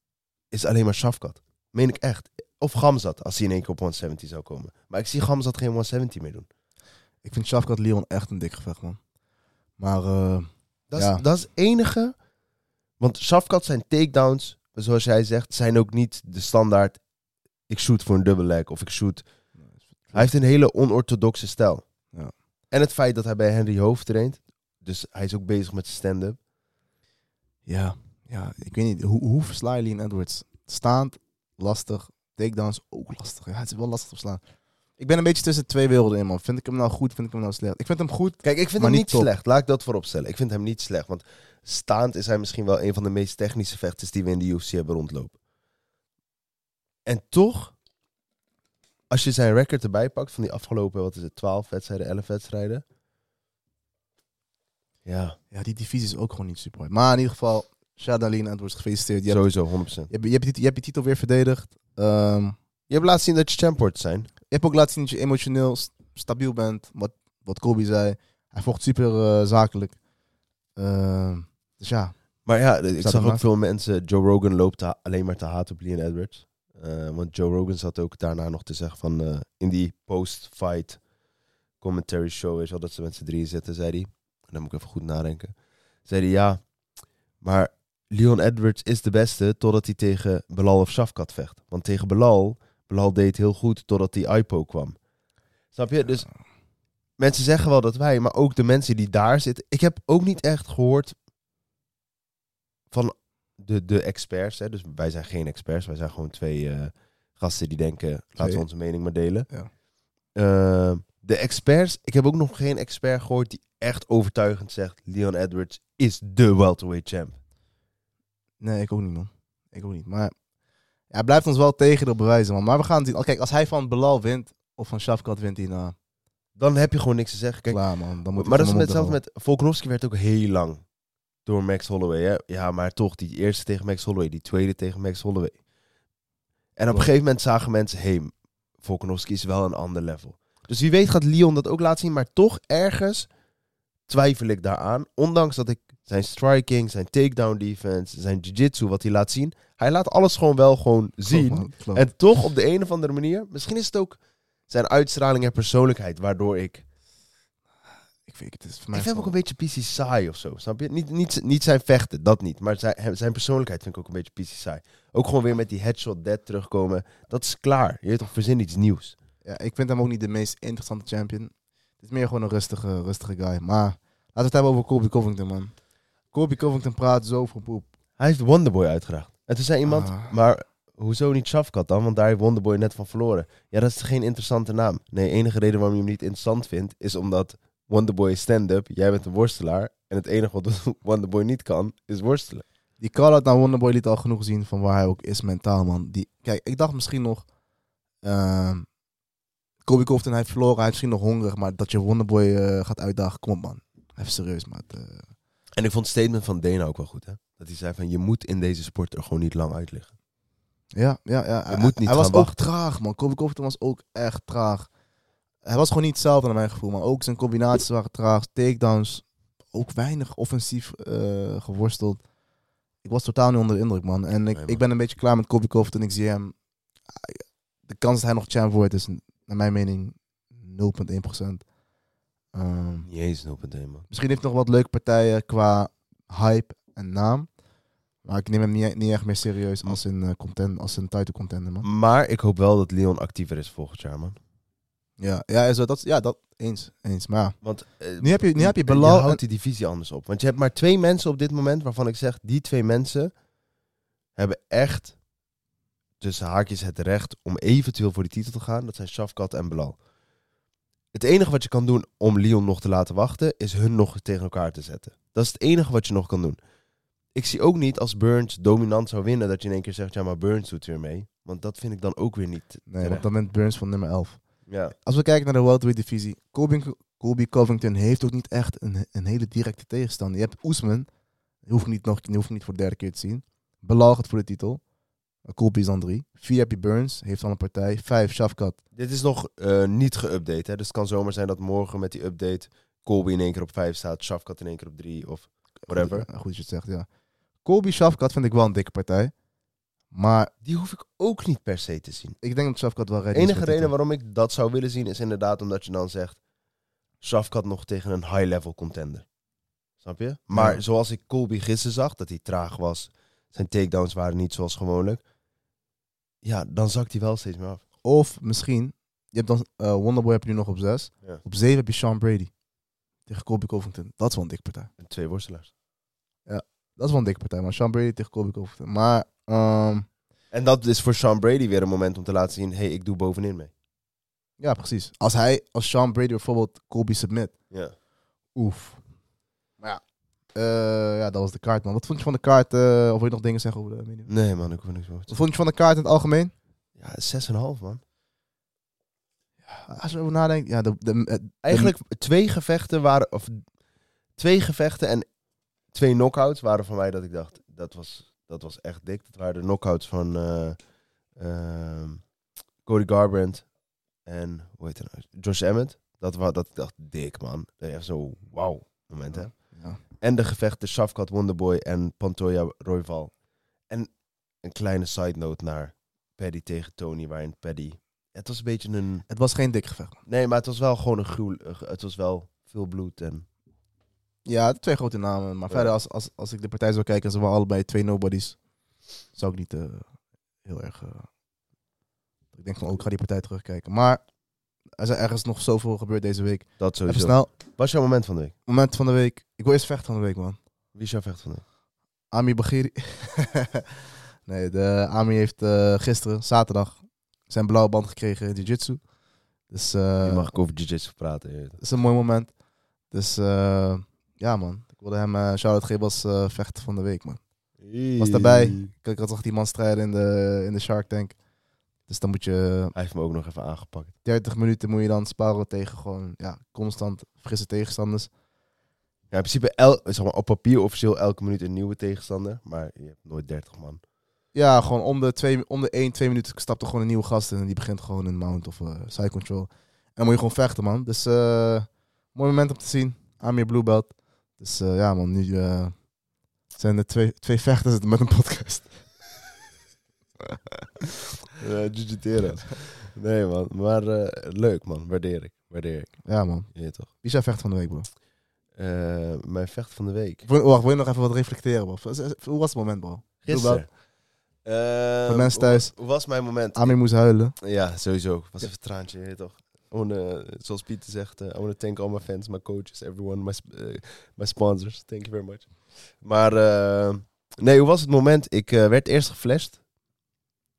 [SPEAKER 4] is alleen maar Shafkat. Meen ik echt. Of Gamzat, als hij in één keer op 170 zou komen. Maar ik zie Gamzat geen 170 meer doen.
[SPEAKER 5] Ik vind Shafkat Leon echt een dik gevecht, man. Maar... eh,
[SPEAKER 4] Dat is,
[SPEAKER 5] Ja.
[SPEAKER 4] dat is het enige. Want Shafkat zijn takedowns, zoals jij zegt, zijn ook niet de standaard. Ik shoot voor een double leg of ik shoot. Hij heeft een hele onorthodoxe stijl.
[SPEAKER 5] Ja.
[SPEAKER 4] En het feit dat hij bij Henry Hoofd traint. Dus hij is ook bezig met zijn stand-up.
[SPEAKER 5] Ja, ja ik weet niet. Hoe, hoe versla je Leon Edwards? Staand, lastig. Takedowns, ook lastig. Ja, het is wel lastig te verslaan. Ik ben een beetje tussen twee werelden in, man. Vind ik hem nou goed, vind ik hem nou slecht? Ik vind hem goed.
[SPEAKER 4] Kijk, ik vind
[SPEAKER 5] Maar
[SPEAKER 4] hem
[SPEAKER 5] niet
[SPEAKER 4] niet
[SPEAKER 5] top.
[SPEAKER 4] slecht. Laat ik dat voorop stellen. Ik vind hem niet slecht. Want staand is hij misschien wel een van de meest technische vechters die we in de UFC hebben rondlopen. En toch, als je zijn record erbij pakt van die afgelopen, wat is het, 12 wedstrijden, 11 wedstrijden. Ja,
[SPEAKER 5] Ja, die divisie is ook gewoon niet super. hard. Maar in ieder geval, shout out Leon Edwards, gefeliciteerd. Je hebt,
[SPEAKER 4] sowieso 100%.
[SPEAKER 5] je, hebt, je, hebt, je, je hebt je titel weer verdedigd. Ehm,
[SPEAKER 4] Je hebt laten zien dat je champ wordt zijn.
[SPEAKER 5] je hebt ook laten zien dat je emotioneel s- stabiel bent. Wat, wat Kobe zei. Hij vocht super eh, zakelijk. Ehm, dus ja,
[SPEAKER 4] Maar ja, ik
[SPEAKER 5] Staat
[SPEAKER 4] zag ook
[SPEAKER 5] ernaast.
[SPEAKER 4] veel mensen. Joe Rogan loopt ha- alleen maar te haat op Leon Edwards. Eh, want Joe Rogan zat ook daarna nog te zeggen van eh, in die post-fight commentary show, weet je wel, dat ze met z'n drieën zitten, zei hij. En dan moet ik even goed nadenken. Zei hij ja, maar Leon Edwards is de beste totdat hij tegen Belal of Shafkat vecht. Want tegen Belal, Belal deed heel goed totdat die IPO kwam. Snap je? Dus mensen zeggen wel dat wij, maar ook de mensen die daar zitten. Ik heb ook niet echt gehoord van de, de experts. Hè? Dus wij zijn geen experts, wij zijn gewoon twee eh, gasten die denken, laten we
[SPEAKER 5] Twee.
[SPEAKER 4] onze mening maar delen.
[SPEAKER 5] Ja.
[SPEAKER 4] Eh, de experts, ik heb ook nog geen expert gehoord die echt overtuigend zegt, Leon Edwards is de welterweight champ.
[SPEAKER 5] Nee, ik ook niet, man. Ik ook niet. Maar hij blijft ons wel tegen dat bewijzen, man. Maar we gaan het zien. Al, Kijk, als hij van Belal wint of van Shafkat wint, hij nou,
[SPEAKER 4] Dan heb je gewoon niks te zeggen. Kijk,
[SPEAKER 5] klaar, man. Dan moet
[SPEAKER 4] maar dat is
[SPEAKER 5] met
[SPEAKER 4] met hetzelfde met Volkanovski werd ook heel lang door Max Holloway. Hè? Ja, maar toch, die eerste tegen Max Holloway, die tweede tegen Max Holloway. En op een gegeven moment zagen mensen, hé, hey, Volkanovski is wel een ander level. Dus wie weet gaat Leon dat ook laten zien, maar toch ergens twijfel ik daaraan. Ondanks dat ik zijn striking, zijn takedown defense, zijn jiu-jitsu, wat hij laat zien. Hij laat alles gewoon wel gewoon zien.
[SPEAKER 5] Oh.
[SPEAKER 4] En toch op de een of andere manier, misschien is het ook zijn uitstraling en persoonlijkheid, waardoor ik
[SPEAKER 5] ik vind het is voor mij
[SPEAKER 4] ik vind hem ook
[SPEAKER 5] gewoon-
[SPEAKER 4] een beetje PC saai of zo, snap je? Niet, niet, niet zijn vechten, dat niet. Maar zijn, hem- zijn persoonlijkheid vind ik ook een beetje PC saai. Ook gewoon weer met die headshot dead terugkomen. Dat is klaar. Je weet toch, verzin iets nieuws.
[SPEAKER 5] ja, ik vind hem ook niet de meest interessante champion. Het is meer gewoon een rustige, rustige guy. Maar laten we het hebben over Colby Covington, man. Colby Covington praat zo voor poep.
[SPEAKER 4] Hij heeft Wonderboy uitgedaagd. En toen zei iemand,
[SPEAKER 5] Ah.
[SPEAKER 4] maar hoezo niet Shafkat dan? Want daar heeft Wonderboy net van verloren. Ja, dat is geen interessante naam. Nee, enige reden waarom je hem niet interessant vindt... is omdat Wonderboy is stand-up, jij bent een worstelaar... en het enige wat Wonderboy niet kan, is worstelen.
[SPEAKER 5] Die call-out naar Wonderboy liet al genoeg zien van waar hij ook is mentaal, man. Die, kijk, ik dacht misschien nog... ehm Kobe Covington, hij heeft verloren. Hij is misschien nog hongerig. Maar dat je Wonderboy eh, gaat uitdagen, kom op, man. Even serieus, maat. eh.
[SPEAKER 4] En ik vond het statement van Dana ook wel goed, hè? Dat hij zei van, je moet in deze sport er gewoon niet lang uit liggen.
[SPEAKER 5] ja, ja, ja. Hij,
[SPEAKER 4] moet niet
[SPEAKER 5] hij
[SPEAKER 4] gaan
[SPEAKER 5] was ook
[SPEAKER 4] wachten.
[SPEAKER 5] traag, man. Kobe Covington was ook echt traag. Hij was gewoon niet hetzelfde naar mijn gevoel, man. Ook zijn combinaties waren traag. Takedowns, ook weinig offensief eh, geworsteld. Ik was totaal niet onder de indruk, man. En ik,
[SPEAKER 4] Nee, man.
[SPEAKER 5] ik ben een beetje klaar met Kobe Covington. Ik zie hem... de kans dat hij nog champ wordt is, naar mijn mening, 0,1%. Ehm,
[SPEAKER 4] Niet eens een open thema.
[SPEAKER 5] misschien heeft hij nog wat leuke partijen qua hype en naam. Maar ik neem hem niet, niet echt meer serieus als een, eh, content, als een title contender, man.
[SPEAKER 4] Maar ik hoop wel dat Leon actiever is volgend jaar, man.
[SPEAKER 5] Ja, ja, is wel- dat, ja dat eens. eens. Maar ja,
[SPEAKER 4] Want eh,
[SPEAKER 5] nu heb je, nu heb je
[SPEAKER 4] je
[SPEAKER 5] Belal en-
[SPEAKER 4] houdt die divisie anders op. Want je hebt maar twee mensen op dit moment waarvan ik zeg... die twee mensen hebben echt tussen haakjes het recht... om eventueel voor die titel te gaan. Dat zijn Shafkat en Belal. Het enige wat je kan doen om Leon nog te laten wachten... is hun nog tegen elkaar te zetten. Dat is het enige wat je nog kan doen. Ik zie ook niet als Burns dominant zou winnen... dat je in één keer zegt, ja, maar Burns doet weer mee. Want dat vind ik dan ook weer niet
[SPEAKER 5] Nee,
[SPEAKER 4] terecht.
[SPEAKER 5] want dan bent Burns van nummer 11.
[SPEAKER 4] Ja.
[SPEAKER 5] Als we kijken naar de welterweight divisie, Colby, Colby Covington heeft ook niet echt een, een hele directe tegenstander. Je hebt Oesman, die hoef ik niet, nog, die hoef ik niet voor de derde keer te zien. Belal gaat voor de titel. Colby is dan drie. Vier heb je Burns, heeft al een partij. Vijf, Shafkat.
[SPEAKER 4] Dit is nog eh, niet geüpdate, hè? Dus het kan zomaar zijn dat morgen met die update Colby in één keer op 5 staat, Shafkat in één keer op 3 of whatever.
[SPEAKER 5] Goed, goed dat je het zegt, ja. Colby, Shafkat vind ik wel een dikke partij. Maar
[SPEAKER 4] Die hoef ik ook niet per se te zien.
[SPEAKER 5] ik denk dat Shafkat wel
[SPEAKER 4] De
[SPEAKER 5] redt.
[SPEAKER 4] enige reden waarom ik dat zou willen zien is inderdaad omdat je dan zegt Shafkat nog tegen een high-level contender. Snap je? Maar
[SPEAKER 5] Ja.
[SPEAKER 4] zoals ik Colby gisteren zag, dat hij traag was, zijn takedowns waren niet zoals gewoonlijk. Ja, dan zakt hij wel steeds meer af.
[SPEAKER 5] Of misschien, je hebt dan eh, Wonderboy heb je nu nog op zes.
[SPEAKER 4] Ja.
[SPEAKER 5] Op zeven heb je Sean Brady. Tegen Colby Covington. Dat is wel een dikke partij.
[SPEAKER 4] En twee worstelaars.
[SPEAKER 5] Dat is wel een dikke partij, maar Sean Brady tegen Colby Covington. Maar ehm,
[SPEAKER 4] En dat is voor Sean Brady weer een moment om te laten zien, hé, hey, ik doe bovenin mee.
[SPEAKER 5] ja, precies. Als hij, als Sean Brady bijvoorbeeld Colby submit.
[SPEAKER 4] Ja.
[SPEAKER 5] Oef. Maar ja. eh, ja, dat was de kaart, man. Wat vond je van de kaart? eh, of wil je nog dingen zeggen over de menu?
[SPEAKER 4] Nee man, ik hoef niks over te
[SPEAKER 5] Wat vond je van de kaart in het algemeen?
[SPEAKER 4] Ja, 6,5 man.
[SPEAKER 5] Als je erover nadenkt, ja, de, de, eh, de-
[SPEAKER 4] Eigenlijk twee gevechten waren, of twee gevechten en twee knockouts waren van mij dat ik dacht, dat was, dat was echt dik. Dat waren de knockouts van eh, ehm, Cody Garbrandt en, hoe heet hij nou, Josh Emmett. Dat, wa- dat ik dacht, dik man. Dat je echt zo, wauw moment hè.
[SPEAKER 5] Ja.
[SPEAKER 4] En de gevechten Shafkat Wonderboy en Pantoja Royval. En een kleine side note naar Paddy tegen Tony, waarin Paddy... Het was een beetje een...
[SPEAKER 5] het was geen dik gevecht. man.
[SPEAKER 4] Nee, maar het was wel gewoon een gruwel. Het was wel veel bloed en...
[SPEAKER 5] Ja, twee grote namen. Maar
[SPEAKER 4] Ja.
[SPEAKER 5] verder, als, als, als ik de partij zou kijken, ze waren allebei twee nobodies. Zou ik niet eh, heel erg... eh, ik denk van, oh, ik ga die partij terugkijken. Maar er is ergens nog zoveel gebeurd deze week.
[SPEAKER 4] Dat
[SPEAKER 5] Even
[SPEAKER 4] sowieso.
[SPEAKER 5] snel.
[SPEAKER 4] Wat is jouw moment van de week?
[SPEAKER 5] Moment van de week. Ik wil eerst vechten van de week, man.
[SPEAKER 4] Wie is jouw vecht van de week?
[SPEAKER 5] Ami Bagiri. nee, de Ami heeft eh, gisteren, zaterdag, zijn blauwe band gekregen in jiu-jitsu. Dus eh,
[SPEAKER 4] Je mag ik over jiu-jitsu praten. je weet het.
[SPEAKER 5] dat is een mooi moment. Dus eh, ja, man. Ik wilde hem eh shout-out geven als eh, vechter van de week, man. Was daarbij. Kijk, ik had toch die man strijden in de, in de Shark Tank. Dus dan moet je
[SPEAKER 4] Hij heeft me ook nog even aangepakt.
[SPEAKER 5] 30 minuten moet je dan sparren tegen gewoon ja, constant frisse tegenstanders.
[SPEAKER 4] Ja, in principe el, zeg maar, op papier officieel elke minuut een nieuwe tegenstander. Maar je hebt nooit 30 man.
[SPEAKER 5] Ja, gewoon om de, twee, om de 1, 2 minuten stapt er gewoon een nieuwe gast in. En die begint gewoon een mount of eh, side control. En dan moet je gewoon vechten, man. Dus eh, mooi moment om te zien. Amir Blue Belt. Dus eh, ja, man, nu eh, zijn er twee, twee vechters met een podcast.
[SPEAKER 4] Uh, jiu Nee man, maar eh, leuk man. Waardeer ik. Waardeer ik.
[SPEAKER 5] Ja, man.
[SPEAKER 4] Je weet toch.
[SPEAKER 5] Wie is jouw vecht van de week, bro?
[SPEAKER 4] Eh, mijn vecht van de week.
[SPEAKER 5] Ik wil- Wacht, wil je nog even wat reflecteren, bro? Hoe was het moment, bro?
[SPEAKER 4] Gisteren. Eh,
[SPEAKER 5] Voor mensen thuis.
[SPEAKER 4] hoe- Hoe was mijn moment?
[SPEAKER 5] Amir moest huilen.
[SPEAKER 4] Ja, sowieso. Was even een traantje, je weet toch? I wanna, zoals Pieter zegt, eh, I want to thank all my fans, my coaches, everyone, my, sp- eh, my sponsors. Thank you very much. Maar eh, nee, hoe was het moment? Ik eh, werd eerst geflasht.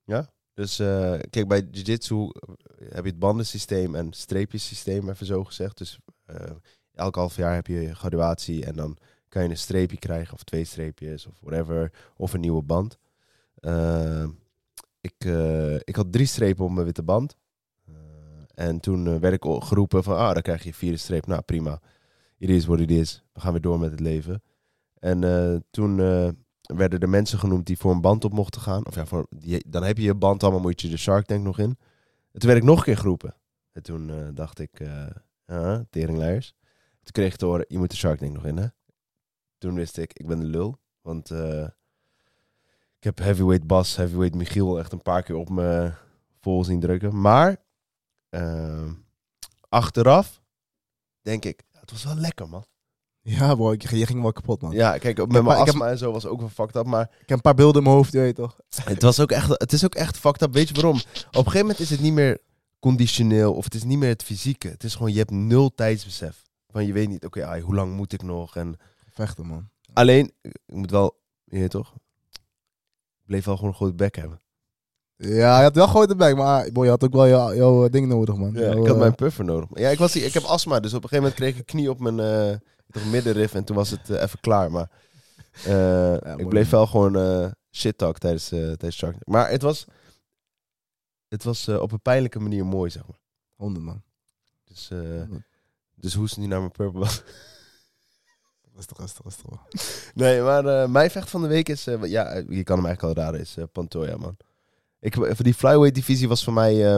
[SPEAKER 4] Ja? Dus eh, kijk, bij jiu-jitsu eh, heb je het bandensysteem en streepjesysteem, even zo gezegd. Dus eh, elk half jaar heb je graduatie en dan kan je een streepje krijgen of twee streepjes of whatever. Of een nieuwe band. Ehm, ik, eh, ik had drie strepen op mijn witte band. Eh, en toen eh, werd ik o- geroepen van, ah, dan krijg je vierde streep. Nou, prima. It is what it is. We gaan weer door met het leven. En eh, toen eh, werden er mensen genoemd die voor een band op mochten gaan. Of ja, voor, die, dan heb je je band allemaal, moet je de Shark Tank nog in. En toen werd ik nog een keer geroepen. En toen eh, dacht ik, eh ah, teringleiers. Toen kreeg ik te horen, je moet de Shark Tank nog in, hè? Toen wist ik, ik ben de lul. Want... eh, ik heb heavyweight Bas, heavyweight Michiel echt een paar keer op me volgens niet drukken. Maar ehm, achteraf denk ik, ja, het was wel lekker man.
[SPEAKER 5] Ja, bro, ik, je ging wel kapot, man.
[SPEAKER 4] Ja, kijk, met
[SPEAKER 5] heb-
[SPEAKER 4] mijn
[SPEAKER 5] ik heb-
[SPEAKER 4] astma en zo was ook wel fucked up. Maar
[SPEAKER 5] Ik heb een paar beelden in mijn hoofd, je weet toch?
[SPEAKER 4] Het, was ook echt, het is ook echt fucked up. Weet je waarom? Op een gegeven moment is het niet meer conditioneel of het is niet meer het fysieke. Het is gewoon, je hebt nul tijdsbesef. Van je weet niet, oké, ai, hoe lang moet ik nog? En
[SPEAKER 5] Vechten, man.
[SPEAKER 4] alleen, ik moet wel, je weet toch? Ik bleef wel gewoon een groot bek hebben.
[SPEAKER 5] Ja, je had wel grote bek, maar boy, je had ook wel jou- jouw eh, ding nodig, man.
[SPEAKER 4] Ja,
[SPEAKER 5] Jouw,
[SPEAKER 4] ik had
[SPEAKER 5] eh,
[SPEAKER 4] mijn puffer nodig. Ja, ik, was, ik heb astma, dus op een gegeven moment kreeg ik knie op mijn eh, toch middenrif en toen was het eh, even klaar. Maar eh,
[SPEAKER 5] mooi,
[SPEAKER 4] ik bleef
[SPEAKER 5] man.
[SPEAKER 4] wel gewoon eh, shit talk tijdens, eh tijdens Shark Tank. Maar het was, het was eh, op een pijnlijke manier mooi, zeg maar.
[SPEAKER 5] Honderd, man.
[SPEAKER 4] Dus, eh dus hoe is het nu naar mijn purple?
[SPEAKER 5] Rustig, rustig, rustig. man.
[SPEAKER 4] nee, maar eh, mijn vecht van de week is... eh, ja, je kan hem eigenlijk al raden, is eh, Pantoja, man. Ik, voor die flyweight-divisie was voor mij... eh,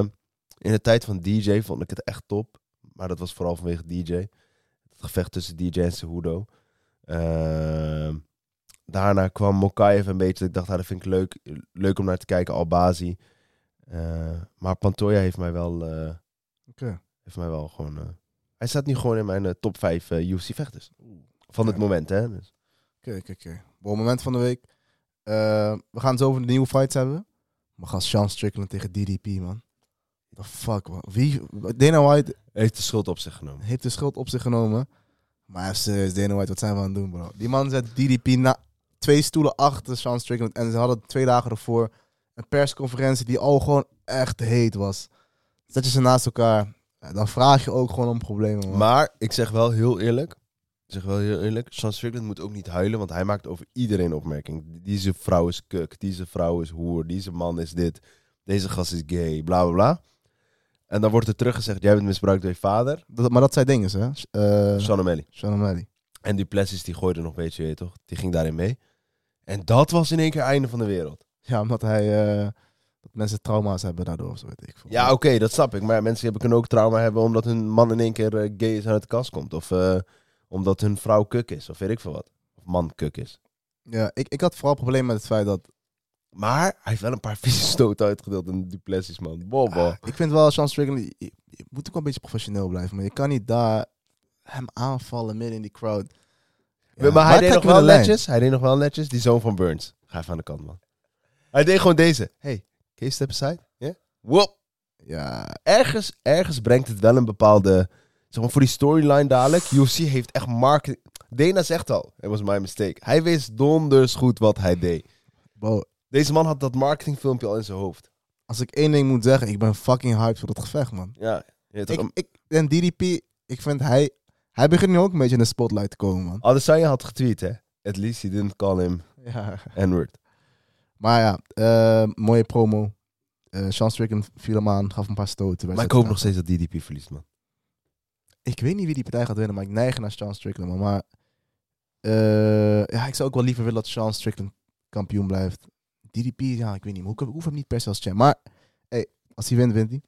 [SPEAKER 4] in de tijd van DJ vond ik het echt top. Maar dat was vooral vanwege DJ. Het gevecht tussen DJ en Cejudo. Ehm, daarna kwam Mokaev een beetje. dat Ik dacht, ah, dat vind ik leuk, leuk om naar te kijken. Albazi. Eh, maar Pantoja heeft mij wel... eh,
[SPEAKER 5] Oké.
[SPEAKER 4] Heeft mij wel gewoon... eh, hij staat nu gewoon in mijn eh, top 5 UFC-vechters. Van het
[SPEAKER 5] Ja.
[SPEAKER 4] moment, hè. Dus.
[SPEAKER 5] Oké, oké, oké. Bon moment van de week. Eh, we gaan het zo over de nieuwe fights hebben. Maar gaan Sean Strickland tegen DDP, man. The fuck, man. Wie? Dana White
[SPEAKER 4] heeft de schuld op zich genomen.
[SPEAKER 5] heeft de schuld op zich genomen. Maar even serieus, Dana White, wat zijn we aan het doen, bro? Die man zet DDP na twee stoelen achter Sean Strickland. En ze hadden twee dagen ervoor een persconferentie die al gewoon echt heet was. Zet je ze naast elkaar. eh, Dan vraag je ook gewoon om problemen, man.
[SPEAKER 4] Maar ik zeg wel heel eerlijk. Ik zeg wel heel eerlijk. Sean Strickland moet ook niet huilen, want hij maakt over iedereen opmerking. Deze vrouw is kuk, deze vrouw is hoer, deze man is dit, deze gast is gay, bla bla bla. En dan wordt er teruggezegd, jij bent misbruikt door je vader,
[SPEAKER 5] Dat, maar dat zijn dingen, hè? Eh
[SPEAKER 4] Sean O'Malley.
[SPEAKER 5] Sean O'Malley.
[SPEAKER 4] En die Plessis die gooide nog een beetje, je weet toch? Die ging daarin mee. En dat was in één keer einde van de wereld.
[SPEAKER 5] Ja, omdat hij. eh, dat mensen trauma's hebben daardoor, of zo weet ik. veel.
[SPEAKER 4] Ja, oké, dat snap ik. Maar mensen hebben, kunnen ook trauma hebben omdat hun man in één keer eh, gay is en uit de kast komt. Of eh, omdat hun vrouw kuk is, of weet ik veel wat. Of man kuk is.
[SPEAKER 5] ja ik, ik had vooral problemen met het feit dat.
[SPEAKER 4] Maar hij heeft wel een paar vieze stoten uitgedeeld in Duplessis, man. Bobo.
[SPEAKER 5] Ah, ik vind wel, Sean Strickland, je, je- je moet ook wel een beetje professioneel blijven. Maar je kan niet daar hem aanvallen midden in die crowd. Ja,
[SPEAKER 4] maar hij
[SPEAKER 5] waar
[SPEAKER 4] deed
[SPEAKER 5] trek
[SPEAKER 4] nog
[SPEAKER 5] je de
[SPEAKER 4] wel
[SPEAKER 5] lijn?
[SPEAKER 4] netjes. Hij deed nog wel netjes. Die zoon van Burns. Ga even aan de kant, man. Hij deed gewoon deze. Hey, can you step aside? Ja? Wop.
[SPEAKER 5] Ja,
[SPEAKER 4] Ergens, ergens brengt het wel een bepaalde... Zeg maar, voor die storyline dadelijk. UFC heeft echt marketing... Dana zegt al, it was my mistake. Hij wist donders goed wat hij deed.
[SPEAKER 5] bro,
[SPEAKER 4] Deze man had dat marketingfilmpje al in zijn hoofd.
[SPEAKER 5] als ik één ding moet zeggen, ik ben fucking hyped voor dat gevecht, man.
[SPEAKER 4] Ja. Je weet toch,
[SPEAKER 5] Ik,
[SPEAKER 4] een-
[SPEAKER 5] ik, en DDP, ik vind hij. Hij begint nu ook een beetje in de spotlight te komen, man.
[SPEAKER 4] Adesanya had getweet, hè. At least he didn't call him
[SPEAKER 5] Ja.
[SPEAKER 4] N-word.
[SPEAKER 5] Maar ja, eh, mooie promo. Eh Sean Strickland viel hem aan, gaf een paar stoten.
[SPEAKER 4] Maar ik hoop nog steeds dat DDP verliest, man.
[SPEAKER 5] Ik weet niet wie die partij gaat winnen, maar ik neig naar Sean Strickland. man. Maar eh, ja, ik zou ook wel liever willen dat Sean Strickland kampioen blijft. DDP, ja, ik weet niet. Maar ik hoef- ik hoef hem niet per se als champ. Maar hey, als hij wint, wint hij.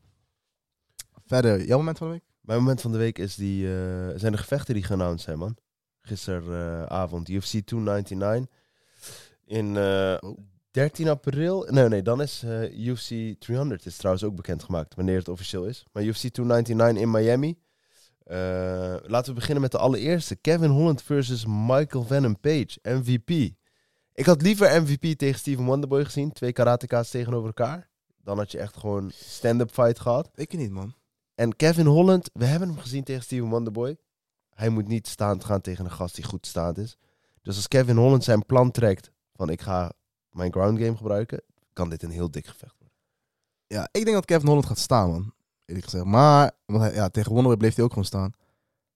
[SPEAKER 5] Verder, jouw moment van de week?
[SPEAKER 4] Mijn moment van de week is die, eh, zijn de gevechten die geannounced zijn, man. Gisteravond, UFC 299. In eh,
[SPEAKER 5] Oh.
[SPEAKER 4] 13 april. Nee, nee, dan is eh, UFC 300. Is trouwens ook bekendgemaakt wanneer het officieel is. Maar UFC 299 in Miami. Eh, laten we beginnen met de allereerste: Kevin Holland versus Michael Venom Page, MVP. Ik had liever MVP tegen Steven Wonderboy gezien. Twee karateka's tegenover elkaar. Dan had je echt gewoon stand-up fight gehad.
[SPEAKER 5] Ik niet, man.
[SPEAKER 4] En Kevin Holland, we hebben hem gezien tegen Steven Wonderboy. Hij moet niet staand gaan tegen een gast die goed staand is. Dus als Kevin Holland zijn plan trekt van ik ga mijn ground game gebruiken, kan dit een heel dik gevecht worden.
[SPEAKER 5] Ja, ik denk dat Kevin Holland gaat staan, man. Eerlijk gezegd. Maar, want hij, ja, tegen Wonderboy bleef hij ook gewoon staan.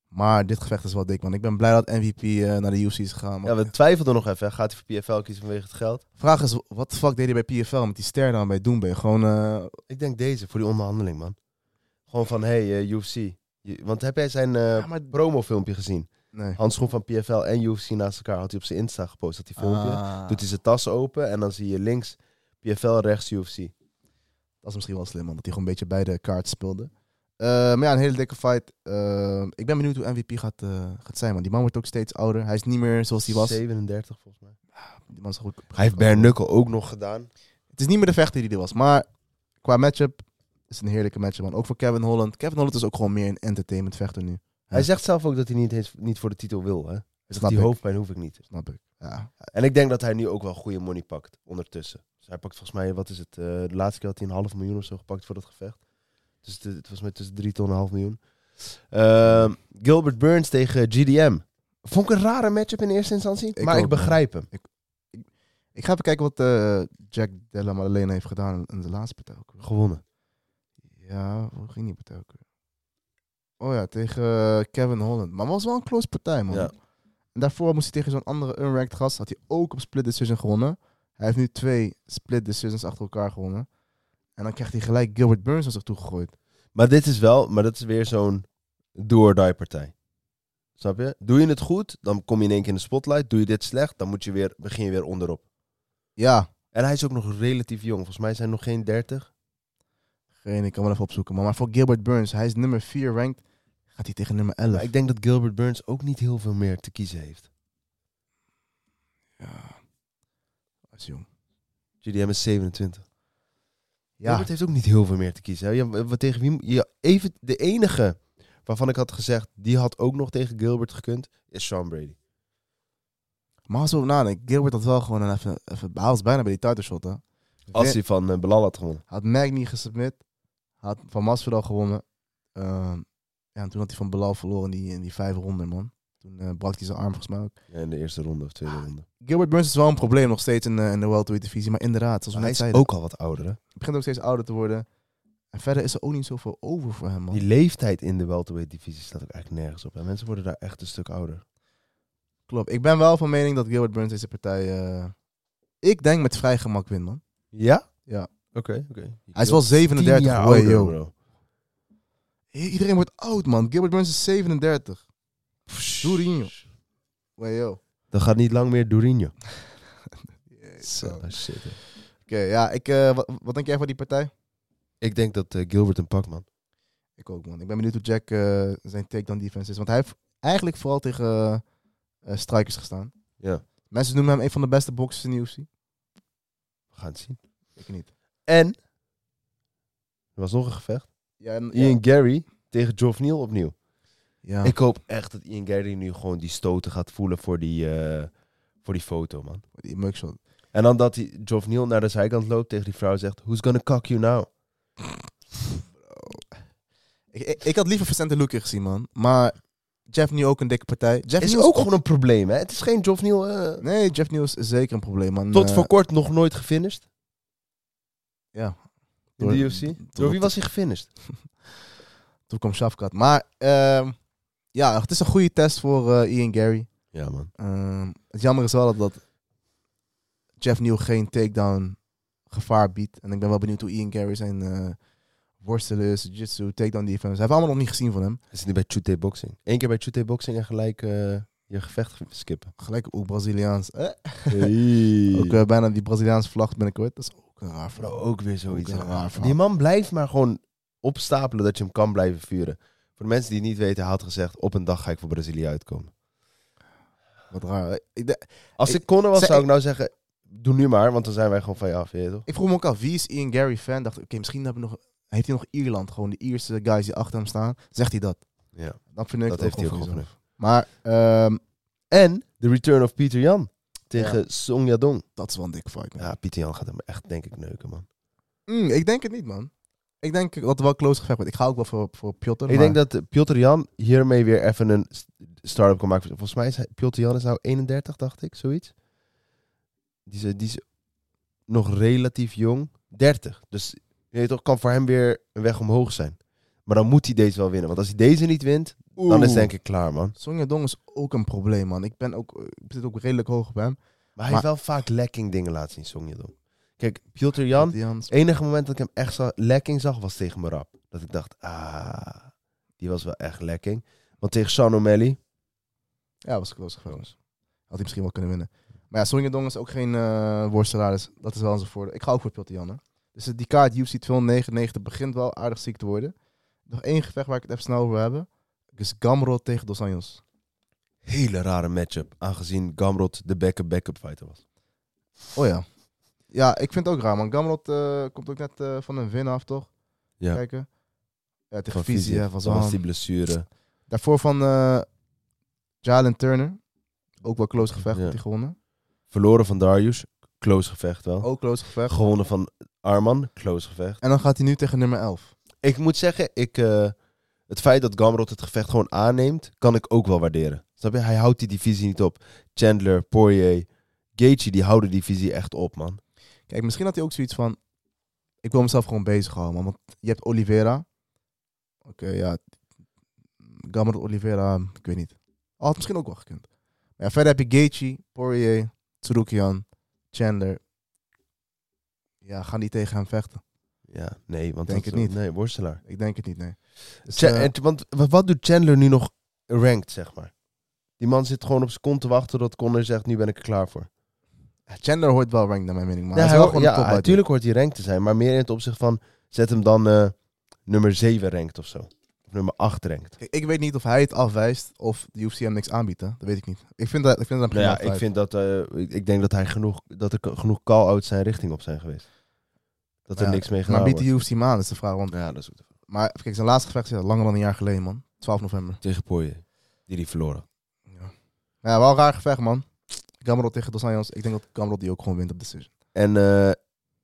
[SPEAKER 5] Maar dit gevecht is wel dik, man. Ik ben blij dat MVP eh, naar de UFC is gegaan. man.
[SPEAKER 4] Ja, we twijfelden nog even. hè. Gaat hij voor PFL kiezen vanwege het geld?
[SPEAKER 5] Vraag is, wat de fuck deed hij bij PFL met die ster dan bij Doembe? Gewoon, eh,
[SPEAKER 4] Ik denk deze, voor die onderhandeling, man. Gewoon van, hey, eh, UFC. Je- want heb jij zijn eh
[SPEAKER 5] Ja, maar-
[SPEAKER 4] promofilmpje gezien?
[SPEAKER 5] nee.
[SPEAKER 4] Handschoen van PFL en UFC naast elkaar had hij op zijn Insta gepost, dat die filmpje.
[SPEAKER 5] Ah,
[SPEAKER 4] Doet hij zijn tas open en dan zie je links PFL, rechts UFC.
[SPEAKER 5] Dat is misschien wel slim, man, dat hij gewoon een beetje beide kaarten speelde. Eh, maar ja, een hele dikke fight. Eh, ik ben benieuwd hoe MVP gaat, eh, gaat zijn, man. Die man wordt ook steeds ouder. Hij is niet meer zoals hij was.
[SPEAKER 4] 37 volgens mij.
[SPEAKER 5] Die man is goed.
[SPEAKER 4] Hij heeft Bernukkel ook nog gedaan.
[SPEAKER 5] Het is niet meer de vechter die hij was. Maar qua matchup, is een heerlijke match, man. Ook voor Kevin Holland. Kevin Holland is ook gewoon meer een entertainment vechter nu. Dus
[SPEAKER 4] Hij zegt zelf ook dat hij niet, eens, niet voor de titel wil. Hè? Hij zegt,
[SPEAKER 5] Snap
[SPEAKER 4] die
[SPEAKER 5] ik.
[SPEAKER 4] hoofdpijn hoef ik niet.
[SPEAKER 5] Snap ik. Ja.
[SPEAKER 4] En ik denk dat hij nu ook wel goede money pakt ondertussen. Dus hij pakt volgens mij, wat is het? eh, de laatste keer had hij een half miljoen of zo gepakt voor dat gevecht. Dus het, het was met tussen drie ton en een half miljoen. Ehm, Gilbert Burns tegen GDM. Vond ik een rare matchup in eerste instantie,
[SPEAKER 5] Ik
[SPEAKER 4] maar
[SPEAKER 5] ook,
[SPEAKER 4] ik begrijp hem.
[SPEAKER 5] Ik ga even kijken wat eh, Jack Della Maddalena heeft gedaan in de laatste partij. ook weer.
[SPEAKER 4] Gewonnen.
[SPEAKER 5] Ja, hoe ging die partij ook weer? Oh ja, tegen eh, Kevin Holland. Maar het was wel een close partij, man.
[SPEAKER 4] Ja.
[SPEAKER 5] En daarvoor moest hij tegen zo'n andere unranked gast. Had hij ook op split decision gewonnen. Hij heeft nu twee split decisions achter elkaar gewonnen. En dan krijgt hij gelijk Gilbert Burns aan zich toegegooid.
[SPEAKER 4] Maar dit is wel, maar dat is weer zo'n do-or-die partij. Snap je? Doe je het goed, dan kom je in één keer in de spotlight. Doe je dit slecht, dan moet je weer, begin je weer onderop.
[SPEAKER 5] Ja,
[SPEAKER 4] En hij is ook nog relatief jong. Volgens mij zijn hij nog geen 30.
[SPEAKER 5] geen, ik kan wel even opzoeken. man. Maar voor Gilbert Burns, hij is nummer 4 ranked. Gaat hij tegen nummer 11.
[SPEAKER 4] Maar ik denk dat Gilbert Burns ook niet heel veel meer te kiezen heeft.
[SPEAKER 5] Ja. Dat is jong.
[SPEAKER 4] GDM is 27.
[SPEAKER 5] Ja,
[SPEAKER 4] Gilbert heeft ook niet heel veel meer te kiezen. hè. Ja, wat tegen wie, mo- ja, even de enige waarvan ik had gezegd, die had ook nog tegen Gilbert gekund, is Sean Brady.
[SPEAKER 5] maar als we over nadenken, Gilbert had wel gewoon een even, even... Hij was bijna bij die title shot, hè.
[SPEAKER 4] Als
[SPEAKER 5] Weer-
[SPEAKER 4] hij van eh, Belal had gewonnen.
[SPEAKER 5] Had Magny gesubmit. Had van Masvidal gewonnen. Ehm, ja, en toen had hij van Belal verloren in die, in die vijfde ronde, man. Toen eh, brak hij zijn arm volgens mij ook.
[SPEAKER 4] Ja, in de eerste ronde of tweede
[SPEAKER 5] Ah,
[SPEAKER 4] ronde.
[SPEAKER 5] Gilbert Burns is wel een probleem nog steeds in, de- in de welterweight divisie. Maar inderdaad, zoals we
[SPEAKER 4] hij
[SPEAKER 5] net
[SPEAKER 4] is
[SPEAKER 5] zeiden,
[SPEAKER 4] ook al wat ouder, hè?
[SPEAKER 5] hij begint ook steeds ouder te worden. En verder is er ook niet zoveel over voor hem, man.
[SPEAKER 4] Die leeftijd in de welterweight divisie staat ook eigenlijk nergens op. En mensen worden daar echt een stuk ouder.
[SPEAKER 5] Klopt. Ik ben wel van mening dat Gilbert Burns deze partij... eh, ik denk met vrij gemak wint, man.
[SPEAKER 4] Ja?
[SPEAKER 5] Ja.
[SPEAKER 4] Oké, oké.
[SPEAKER 5] Hij is wel 37.
[SPEAKER 4] jaar
[SPEAKER 5] Wow,
[SPEAKER 4] ouder,
[SPEAKER 5] yo.
[SPEAKER 4] bro.
[SPEAKER 5] I- Iedereen wordt oud, man. Gilbert Burns is 37. Durinho. Way, yo.
[SPEAKER 4] Dat gaat niet lang meer Durinho.
[SPEAKER 5] Oké,
[SPEAKER 4] Oh, shit. hè.
[SPEAKER 5] ja. Ik, eh, wat, wat denk jij van die partij?
[SPEAKER 4] Ik denk dat eh, Gilbert een pak, man.
[SPEAKER 5] Ik ook, man. Ik ben benieuwd hoe Jack eh, zijn takedown defense is. Want hij heeft eigenlijk vooral tegen eh, eh, strikers gestaan.
[SPEAKER 4] Ja.
[SPEAKER 5] Mensen noemen hem een van de beste boxers in de UFC.
[SPEAKER 4] We gaan het zien.
[SPEAKER 5] Ik niet.
[SPEAKER 4] En... Er was nog een gevecht.
[SPEAKER 5] Ja, en- ja.
[SPEAKER 4] Ian Gary tegen Geoff Neal opnieuw.
[SPEAKER 5] Ja.
[SPEAKER 4] Ik hoop echt dat Ian Gary nu gewoon die stoten gaat voelen voor die, eh, voor die foto, man.
[SPEAKER 5] die mugshot.
[SPEAKER 4] En dan dat hij Geoff Neal naar de zijkant loopt tegen die vrouw en zegt... Who's gonna cock you now?
[SPEAKER 5] Ik, ik, ik had liever Vicente Luque gezien, man. Maar Jeff Neal ook een dikke partij. Jeff
[SPEAKER 4] is
[SPEAKER 5] Neal
[SPEAKER 4] ook gewoon een probleem, hè? Het is geen Geoff Neal... eh,
[SPEAKER 5] Nee, Jeff Neal is zeker een probleem, man.
[SPEAKER 4] Tot
[SPEAKER 5] Eh,
[SPEAKER 4] voor kort nog nooit gefinished
[SPEAKER 5] Ja.
[SPEAKER 4] in
[SPEAKER 5] Door-
[SPEAKER 4] de UFC. Door, wie was hij gefinished?
[SPEAKER 5] Toen kwam Shafkat. Maar ehm, ja, het is een goede test voor eh, Ian Gary.
[SPEAKER 4] Ja, man.
[SPEAKER 5] Ehm, het jammer is wel dat, dat Jeff Neal geen takedown gevaar biedt. En ik ben wel benieuwd hoe Ian Gary zijn eh worstelen is, jiu-jitsu, takedown defense. Hij heeft allemaal nog niet gezien van hem.
[SPEAKER 4] Hij zit nu bij Chute Boxing. Eén keer bij Chute Boxing en gelijk eh, je gevecht skippen.
[SPEAKER 5] Gelijk ook Braziliaans. Eh?
[SPEAKER 4] Hey.
[SPEAKER 5] Ook eh, bijna die Braziliaanse vlag binnenkort. Dat is ook een raar
[SPEAKER 4] Bro,
[SPEAKER 5] verhaal.
[SPEAKER 4] ook weer zoiets.
[SPEAKER 5] Ook een raar verhaal.
[SPEAKER 4] die man blijft maar gewoon opstapelen dat je hem kan blijven vuren. Voor de mensen die het niet weten, hij had gezegd... op een dag ga ik voor Brazilië uitkomen.
[SPEAKER 5] Wat raar. Ik, de-
[SPEAKER 4] Als
[SPEAKER 5] Ik-
[SPEAKER 4] ik Conor was,
[SPEAKER 5] Zeg-
[SPEAKER 4] zou ik nou zeggen... doe nu maar, want dan zijn wij gewoon van je af, je weet toch?
[SPEAKER 5] ik vroeg me ook af, wie is Ian Gary fan? Dacht, oké, misschien hebben we nog, heeft hij nog Ierland. Gewoon de Ierse guys die achter hem staan. Zegt hij dat?
[SPEAKER 4] Ja,
[SPEAKER 5] Dan vind ik
[SPEAKER 4] dat
[SPEAKER 5] het
[SPEAKER 4] heeft hij ook
[SPEAKER 5] gewoon
[SPEAKER 4] gewoon.
[SPEAKER 5] bizar. Maar ehm,
[SPEAKER 4] En de return of Peter Jan tegen Song Yadong.
[SPEAKER 5] dat is wel een dik fight. man.
[SPEAKER 4] Ja, Peter Jan gaat hem echt, denk ik, neuken, man.
[SPEAKER 5] Mm, ik denk het niet, man. Ik denk dat het wel close gevecht wordt. Ik ga ook wel voor, voor Piotr.
[SPEAKER 4] Ik denk dat eh, Piotr Jan hiermee weer even een s- start-up kan maken. Volgens mij is hij- Piotr Jan is nou 31, dacht ik, zoiets. Die is, eh, die is nog relatief jong. 30. Dus je weet toch, kan voor hem weer een weg omhoog zijn. Maar dan moet hij deze wel winnen. Want als hij deze niet wint, dan is het denk ik klaar, man.
[SPEAKER 5] Song Yadong is ook een probleem, man. Ik, ben ook, eh, ik zit ook redelijk hoog op hem.
[SPEAKER 4] Maar hij heeft wel vaak lekking dingen laten zien, Song Yadong. Kijk, Piotr Jan,
[SPEAKER 5] Die Hans-
[SPEAKER 4] het enige moment dat ik hem echt za- lekking zag, was tegen Marab. Dat ik dacht, ah, die was wel echt lekking. Want tegen Sean O'Malley,
[SPEAKER 5] Ja, was een close gevecht. Had hij misschien wel kunnen winnen. Maar ja, Song Yadong is ook geen eh worstelaar. Dus dat is wel onze voordeel. Ik ga ook voor Piotr Jan, hè. Dus eh, die kaart UFC 299 begint wel aardig ziek te worden. Nog één gevecht waar ik het even snel over wil hebben. Is Gamrot tegen Dos Anjos.
[SPEAKER 4] hele rare matchup. Aangezien Gamrot de backup-backup fighter was.
[SPEAKER 5] Oh ja. Ja, ik vind het ook raar, man. Gamrot eh, komt ook net eh, van een win af, toch?
[SPEAKER 4] Ja.
[SPEAKER 5] kijken. Ja, tegen
[SPEAKER 4] Van
[SPEAKER 5] Vizi,
[SPEAKER 4] Fiziev.
[SPEAKER 5] ja, van
[SPEAKER 4] Dat was die
[SPEAKER 5] Zwan.
[SPEAKER 4] blessure.
[SPEAKER 5] Daarvoor van eh Jalen Turner. Ook wel close gevecht,
[SPEAKER 4] Ja.
[SPEAKER 5] had hij gewonnen.
[SPEAKER 4] Verloren van Darius. Close gevecht wel.
[SPEAKER 5] Ook close gevecht.
[SPEAKER 4] Gewonnen van Arman. Close gevecht.
[SPEAKER 5] En dan gaat hij nu tegen nummer 11.
[SPEAKER 4] Ik moet zeggen, ik, eh, het feit dat Gamrot het gevecht gewoon aanneemt, kan ik ook wel waarderen. Snap je? Hij houdt die divisie niet op. Chandler, Poirier, Gaethje, die houden die divisie echt op, man.
[SPEAKER 5] Kijk, misschien had hij ook zoiets van... Ik wil mezelf gewoon bezighouden, man. Want je hebt Oliveira. Oké, ja. Gamrot Oliveira, ik weet niet. Had misschien ook wel gekund. Maar ja, verder heb je Gaethje, Poirier, Tsurukian, Chandler. Ja, gaan die tegen hem vechten?
[SPEAKER 4] Ja, nee, want
[SPEAKER 5] Denk
[SPEAKER 4] dat-
[SPEAKER 5] het niet.
[SPEAKER 4] Nee, worstelaar.
[SPEAKER 5] Ik denk het niet, nee. Dus,
[SPEAKER 4] Cha-
[SPEAKER 5] eh,
[SPEAKER 4] en- want wa- wat doet Chandler nu nog ranked, zeg maar? Die man zit gewoon op zijn kont te wachten dat Conor zegt, nu ben ik er klaar voor.
[SPEAKER 5] Chandler hoort wel rank naar mijn mening, maar
[SPEAKER 4] Ja,
[SPEAKER 5] hij is
[SPEAKER 4] hij
[SPEAKER 5] wel
[SPEAKER 4] ho-
[SPEAKER 5] gewoon een
[SPEAKER 4] ja,
[SPEAKER 5] topfighter.
[SPEAKER 4] natuurlijk hoort hij ranked te zijn, maar meer in het opzicht van zet hem dan eh, nummer 7 ranked of zo. Of nummer 8 ranked.
[SPEAKER 5] Ik, ik weet niet of hij het afwijst of de UFC hem niks aanbiedt. Hè? Dat weet ik niet. Ik vind dat, ik vind dat een
[SPEAKER 4] Nou
[SPEAKER 5] prima
[SPEAKER 4] ja, ik
[SPEAKER 5] fight.
[SPEAKER 4] vind dat eh, ik, ik denk dat hij genoeg dat er k- genoeg call-outs zijn richting op zijn geweest. Dat er
[SPEAKER 5] Ja,
[SPEAKER 4] niks mee
[SPEAKER 5] Maar
[SPEAKER 4] gedaan
[SPEAKER 5] biedt
[SPEAKER 4] wordt.
[SPEAKER 5] de UFC hem aan, is de vraag. Want,
[SPEAKER 4] Ja, dat is goed.
[SPEAKER 5] maar kijk, zijn laatste gevecht is langer dan een jaar geleden, man. 12 november.
[SPEAKER 4] Tegen Poirier, die die verloren.
[SPEAKER 5] Ja, ja wel een raar gevecht, man. Gamrot tegen Dos Anjos. Ik denk dat Gamrot die ook gewoon wint op decision.
[SPEAKER 4] En eh,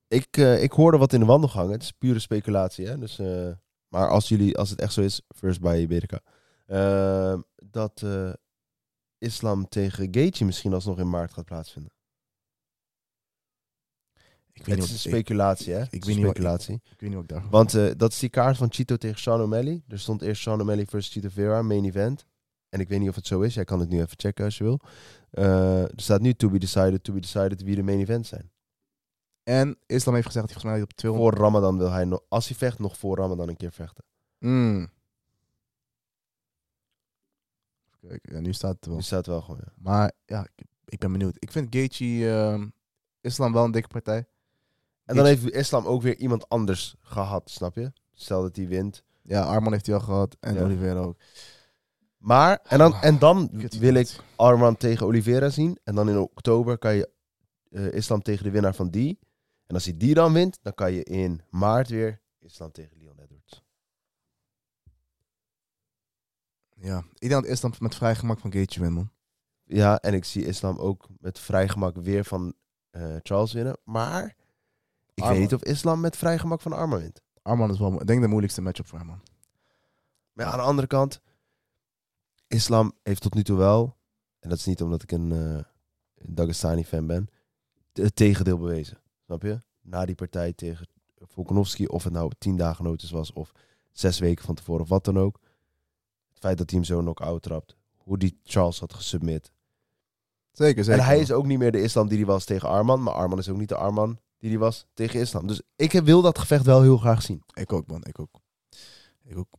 [SPEAKER 4] ik, eh, ik hoorde wat in de wandelgang. Het is pure speculatie, hè. Dus, eh, maar als jullie, als het echt zo is, first by Iberica. Ehm, dat eh, Islam tegen Gaethje misschien alsnog in maart gaat plaatsvinden.
[SPEAKER 5] Ik weet,
[SPEAKER 4] Het
[SPEAKER 5] niet
[SPEAKER 4] is
[SPEAKER 5] wat,
[SPEAKER 4] een
[SPEAKER 5] ik,
[SPEAKER 4] speculatie, hè? Ik
[SPEAKER 5] weet niet wat ik-
[SPEAKER 4] speculatie.
[SPEAKER 5] ik weet niet wat ik daarvan...
[SPEAKER 4] Want eh, dat is die kaart van Chito tegen Sean O'Malley. Er stond eerst Sean O'Malley versus Chito Vera, main event. En ik weet niet of het zo is. Jij kan het nu even checken als je wil. Eh, er staat nu to be decided, to be decided wie de main event zijn.
[SPEAKER 5] En Islam heeft gezegd dat hij volgens mij op 200...
[SPEAKER 4] Voor Ramadan wil hij, nog, als hij vecht, nog voor Ramadan een keer vechten.
[SPEAKER 5] Mm. Kijk, ja, nu staat het wel.
[SPEAKER 4] Die Dus staat wel gewoon, ja.
[SPEAKER 5] Maar ja, ik, ik ben benieuwd. Ik vind Gaethje... ehm, Islam wel een dikke partij.
[SPEAKER 4] En dan
[SPEAKER 5] Ik-
[SPEAKER 4] heeft Islam ook weer iemand anders gehad, snap je? Stel dat hij wint.
[SPEAKER 5] Ja, Arman heeft hij al gehad. En
[SPEAKER 4] Ja.
[SPEAKER 5] Oliveira ook.
[SPEAKER 4] Maar, en dan, en dan
[SPEAKER 5] Oh, Kut.
[SPEAKER 4] wil ik Arman tegen Oliveira zien. En dan in oktober kan je eh, Islam tegen de winnaar van die. En als hij die dan wint, dan kan je in maart weer Islam tegen Leon Edwards.
[SPEAKER 5] Ja, ik denk dat Islam met vrij gemak van Gaethje wint, man.
[SPEAKER 4] Ja, en ik zie Islam ook met vrijgemak weer van eh, Charles winnen. Maar ik
[SPEAKER 5] Arman.
[SPEAKER 4] weet niet of Islam met vrijgemak van Arman wint.
[SPEAKER 5] Arman is wel, ik denk de moeilijkste matchup voor hem, man.
[SPEAKER 4] Maar ja, aan de andere kant, Islam heeft tot nu toe wel, en dat is niet omdat ik een eh Dagestani-fan ben, t- het tegendeel bewezen. Snap je? Na die partij tegen Volkanovski, of het nou tien dagen notice was, of zes weken van tevoren, of wat dan ook. Het feit dat hij hem zo knock-out trapt, hoe die Charles had gesubmit.
[SPEAKER 5] Zeker, zeker.
[SPEAKER 4] en hij
[SPEAKER 5] man.
[SPEAKER 4] is ook niet meer de Islam die hij was tegen Arman, maar Arman is ook niet de Arman die hij was tegen Islam. Dus ik heb- wil dat gevecht wel heel graag zien.
[SPEAKER 5] Ik ook, man. Ik ook. Ik ook.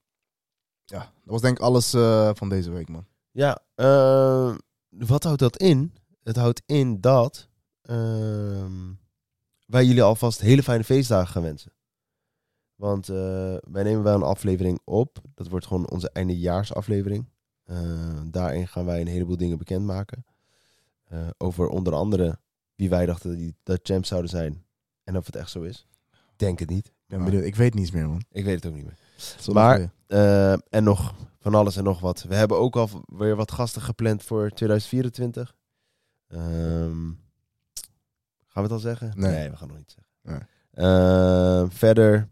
[SPEAKER 5] Ja, dat was denk ik alles eh, van deze week, man.
[SPEAKER 4] Ja, ehm, wat houdt dat in? Het houdt in dat ehm, wij jullie alvast hele fijne feestdagen gaan wensen. Want eh, wij nemen wel een aflevering op. Dat wordt gewoon onze eindejaarsaflevering. Eh, daarin gaan wij een heleboel dingen bekendmaken. Eh, over onder andere wie wij dachten die, dat champs zouden zijn. En of het echt zo is. Denk het niet.
[SPEAKER 5] Ik ben benieuwd. Ik weet niets meer, man.
[SPEAKER 4] Ik weet het ook niet meer.
[SPEAKER 5] Zondag
[SPEAKER 4] Ah. Maar-
[SPEAKER 5] weer.
[SPEAKER 4] Eh, en nog van alles en nog wat. We hebben ook al weer wat gasten gepland voor 2024. Ehm, gaan we het al zeggen?
[SPEAKER 5] Nee.
[SPEAKER 4] we gaan nog niet zeggen.
[SPEAKER 5] Nee.
[SPEAKER 4] Ehm, verder,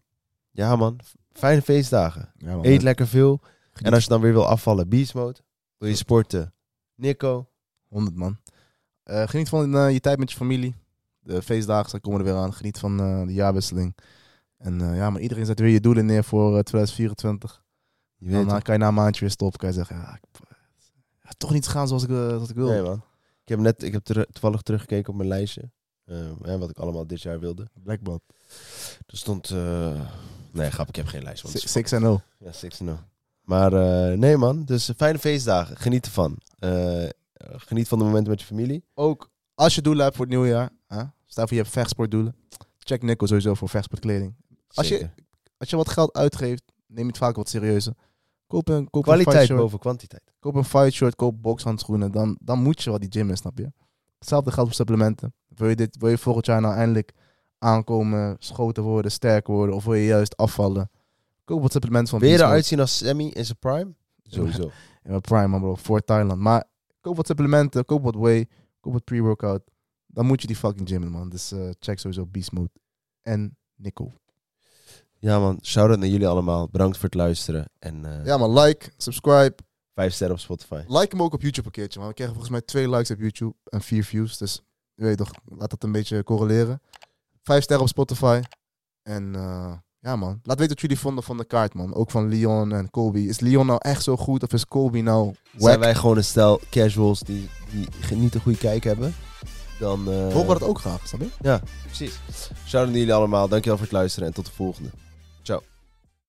[SPEAKER 4] ja man, f- fijne feestdagen.
[SPEAKER 5] Ja, man.
[SPEAKER 4] Eet lekker veel.
[SPEAKER 5] Geniet.
[SPEAKER 4] En als je dan weer wil afvallen, beast mode. Wil je sporten? Nico.
[SPEAKER 5] 100, man. Eh, geniet van eh, je tijd met je familie. De feestdagen zijn- komen er weer aan. Geniet van eh, de jaarwisseling. En eh, ja, maar iedereen zet weer je doelen neer voor eh, 2024.
[SPEAKER 4] Je
[SPEAKER 5] Dan
[SPEAKER 4] weet
[SPEAKER 5] eh,
[SPEAKER 4] het.
[SPEAKER 5] kan je na een maandje weer stoppen. Kan je zeggen, ja, ik, ja, toch niet gaan zoals ik, eh, zoals ik wil.
[SPEAKER 4] Nee man. Ik heb net, ik heb ter- toevallig teruggekeken op mijn lijstje. eh, hè, wat ik allemaal dit jaar wilde.
[SPEAKER 5] Black Belt.
[SPEAKER 4] Er stond... eh, Nee, grap, ik heb geen lijst. Want het is
[SPEAKER 5] 6 en 0.
[SPEAKER 4] Ja, 6 0. Maar eh, nee man, dus eh, fijne feestdagen. Geniet ervan. Eh, geniet van de momenten met je familie.
[SPEAKER 5] Ook als je doelen hebt voor het nieuwe jaar. Hè? Stel voor je hebt vechtsportdoelen. Check Nico sowieso voor vechtsportkleding. Als je-
[SPEAKER 4] Zeker.
[SPEAKER 5] Als je wat geld uitgeeft, neem het vaak wat serieuzer. Koop een, koop een
[SPEAKER 4] Kwaliteit
[SPEAKER 5] fight short,
[SPEAKER 4] boven kwantiteit.
[SPEAKER 5] koop een fight short, koop bokshandschoenen. Dan, dan moet je wel die gym in, snap je? Hetzelfde geldt voor supplementen. Wil je, dit, wil je volgend jaar nou eindelijk aankomen, schoten worden, sterk worden? Of wil je juist afvallen? Koop wat supplementen van
[SPEAKER 4] Wil je
[SPEAKER 5] Beast Mode.
[SPEAKER 4] eruit zien als Sammy in zijn prime? Sowieso.
[SPEAKER 5] In mijn prime, man, bro. Voor Thailand. Maar koop wat supplementen, koop wat whey, koop wat pre-workout. Dan moet je die fucking gym in, man. Dus eh, check sowieso Beast Mode en Nico.
[SPEAKER 4] Ja man, shout-out naar jullie allemaal. Bedankt voor het luisteren. En eh
[SPEAKER 5] Ja, maar like, subscribe.
[SPEAKER 4] vijf sterren op Spotify.
[SPEAKER 5] Like hem ook op YouTube een keertje, man. We kregen volgens mij twee likes op YouTube en vier views. Dus je weet toch, laat dat een beetje correleren. Vijf sterren op Spotify. En eh, ja, man. Laat weten wat jullie vonden van de kaart, man. Ook van Leon en Colby. Is Leon nou echt zo goed of is Colby nou
[SPEAKER 4] Zijn
[SPEAKER 5] wack?
[SPEAKER 4] wij gewoon een stel casuals die, die ge- niet een goede kijk hebben? Dan... eh,
[SPEAKER 5] Horen we dat ook graag, snap je?
[SPEAKER 4] Ja, precies. Shout-out naar jullie allemaal. Dankjewel voor het luisteren en tot de volgende.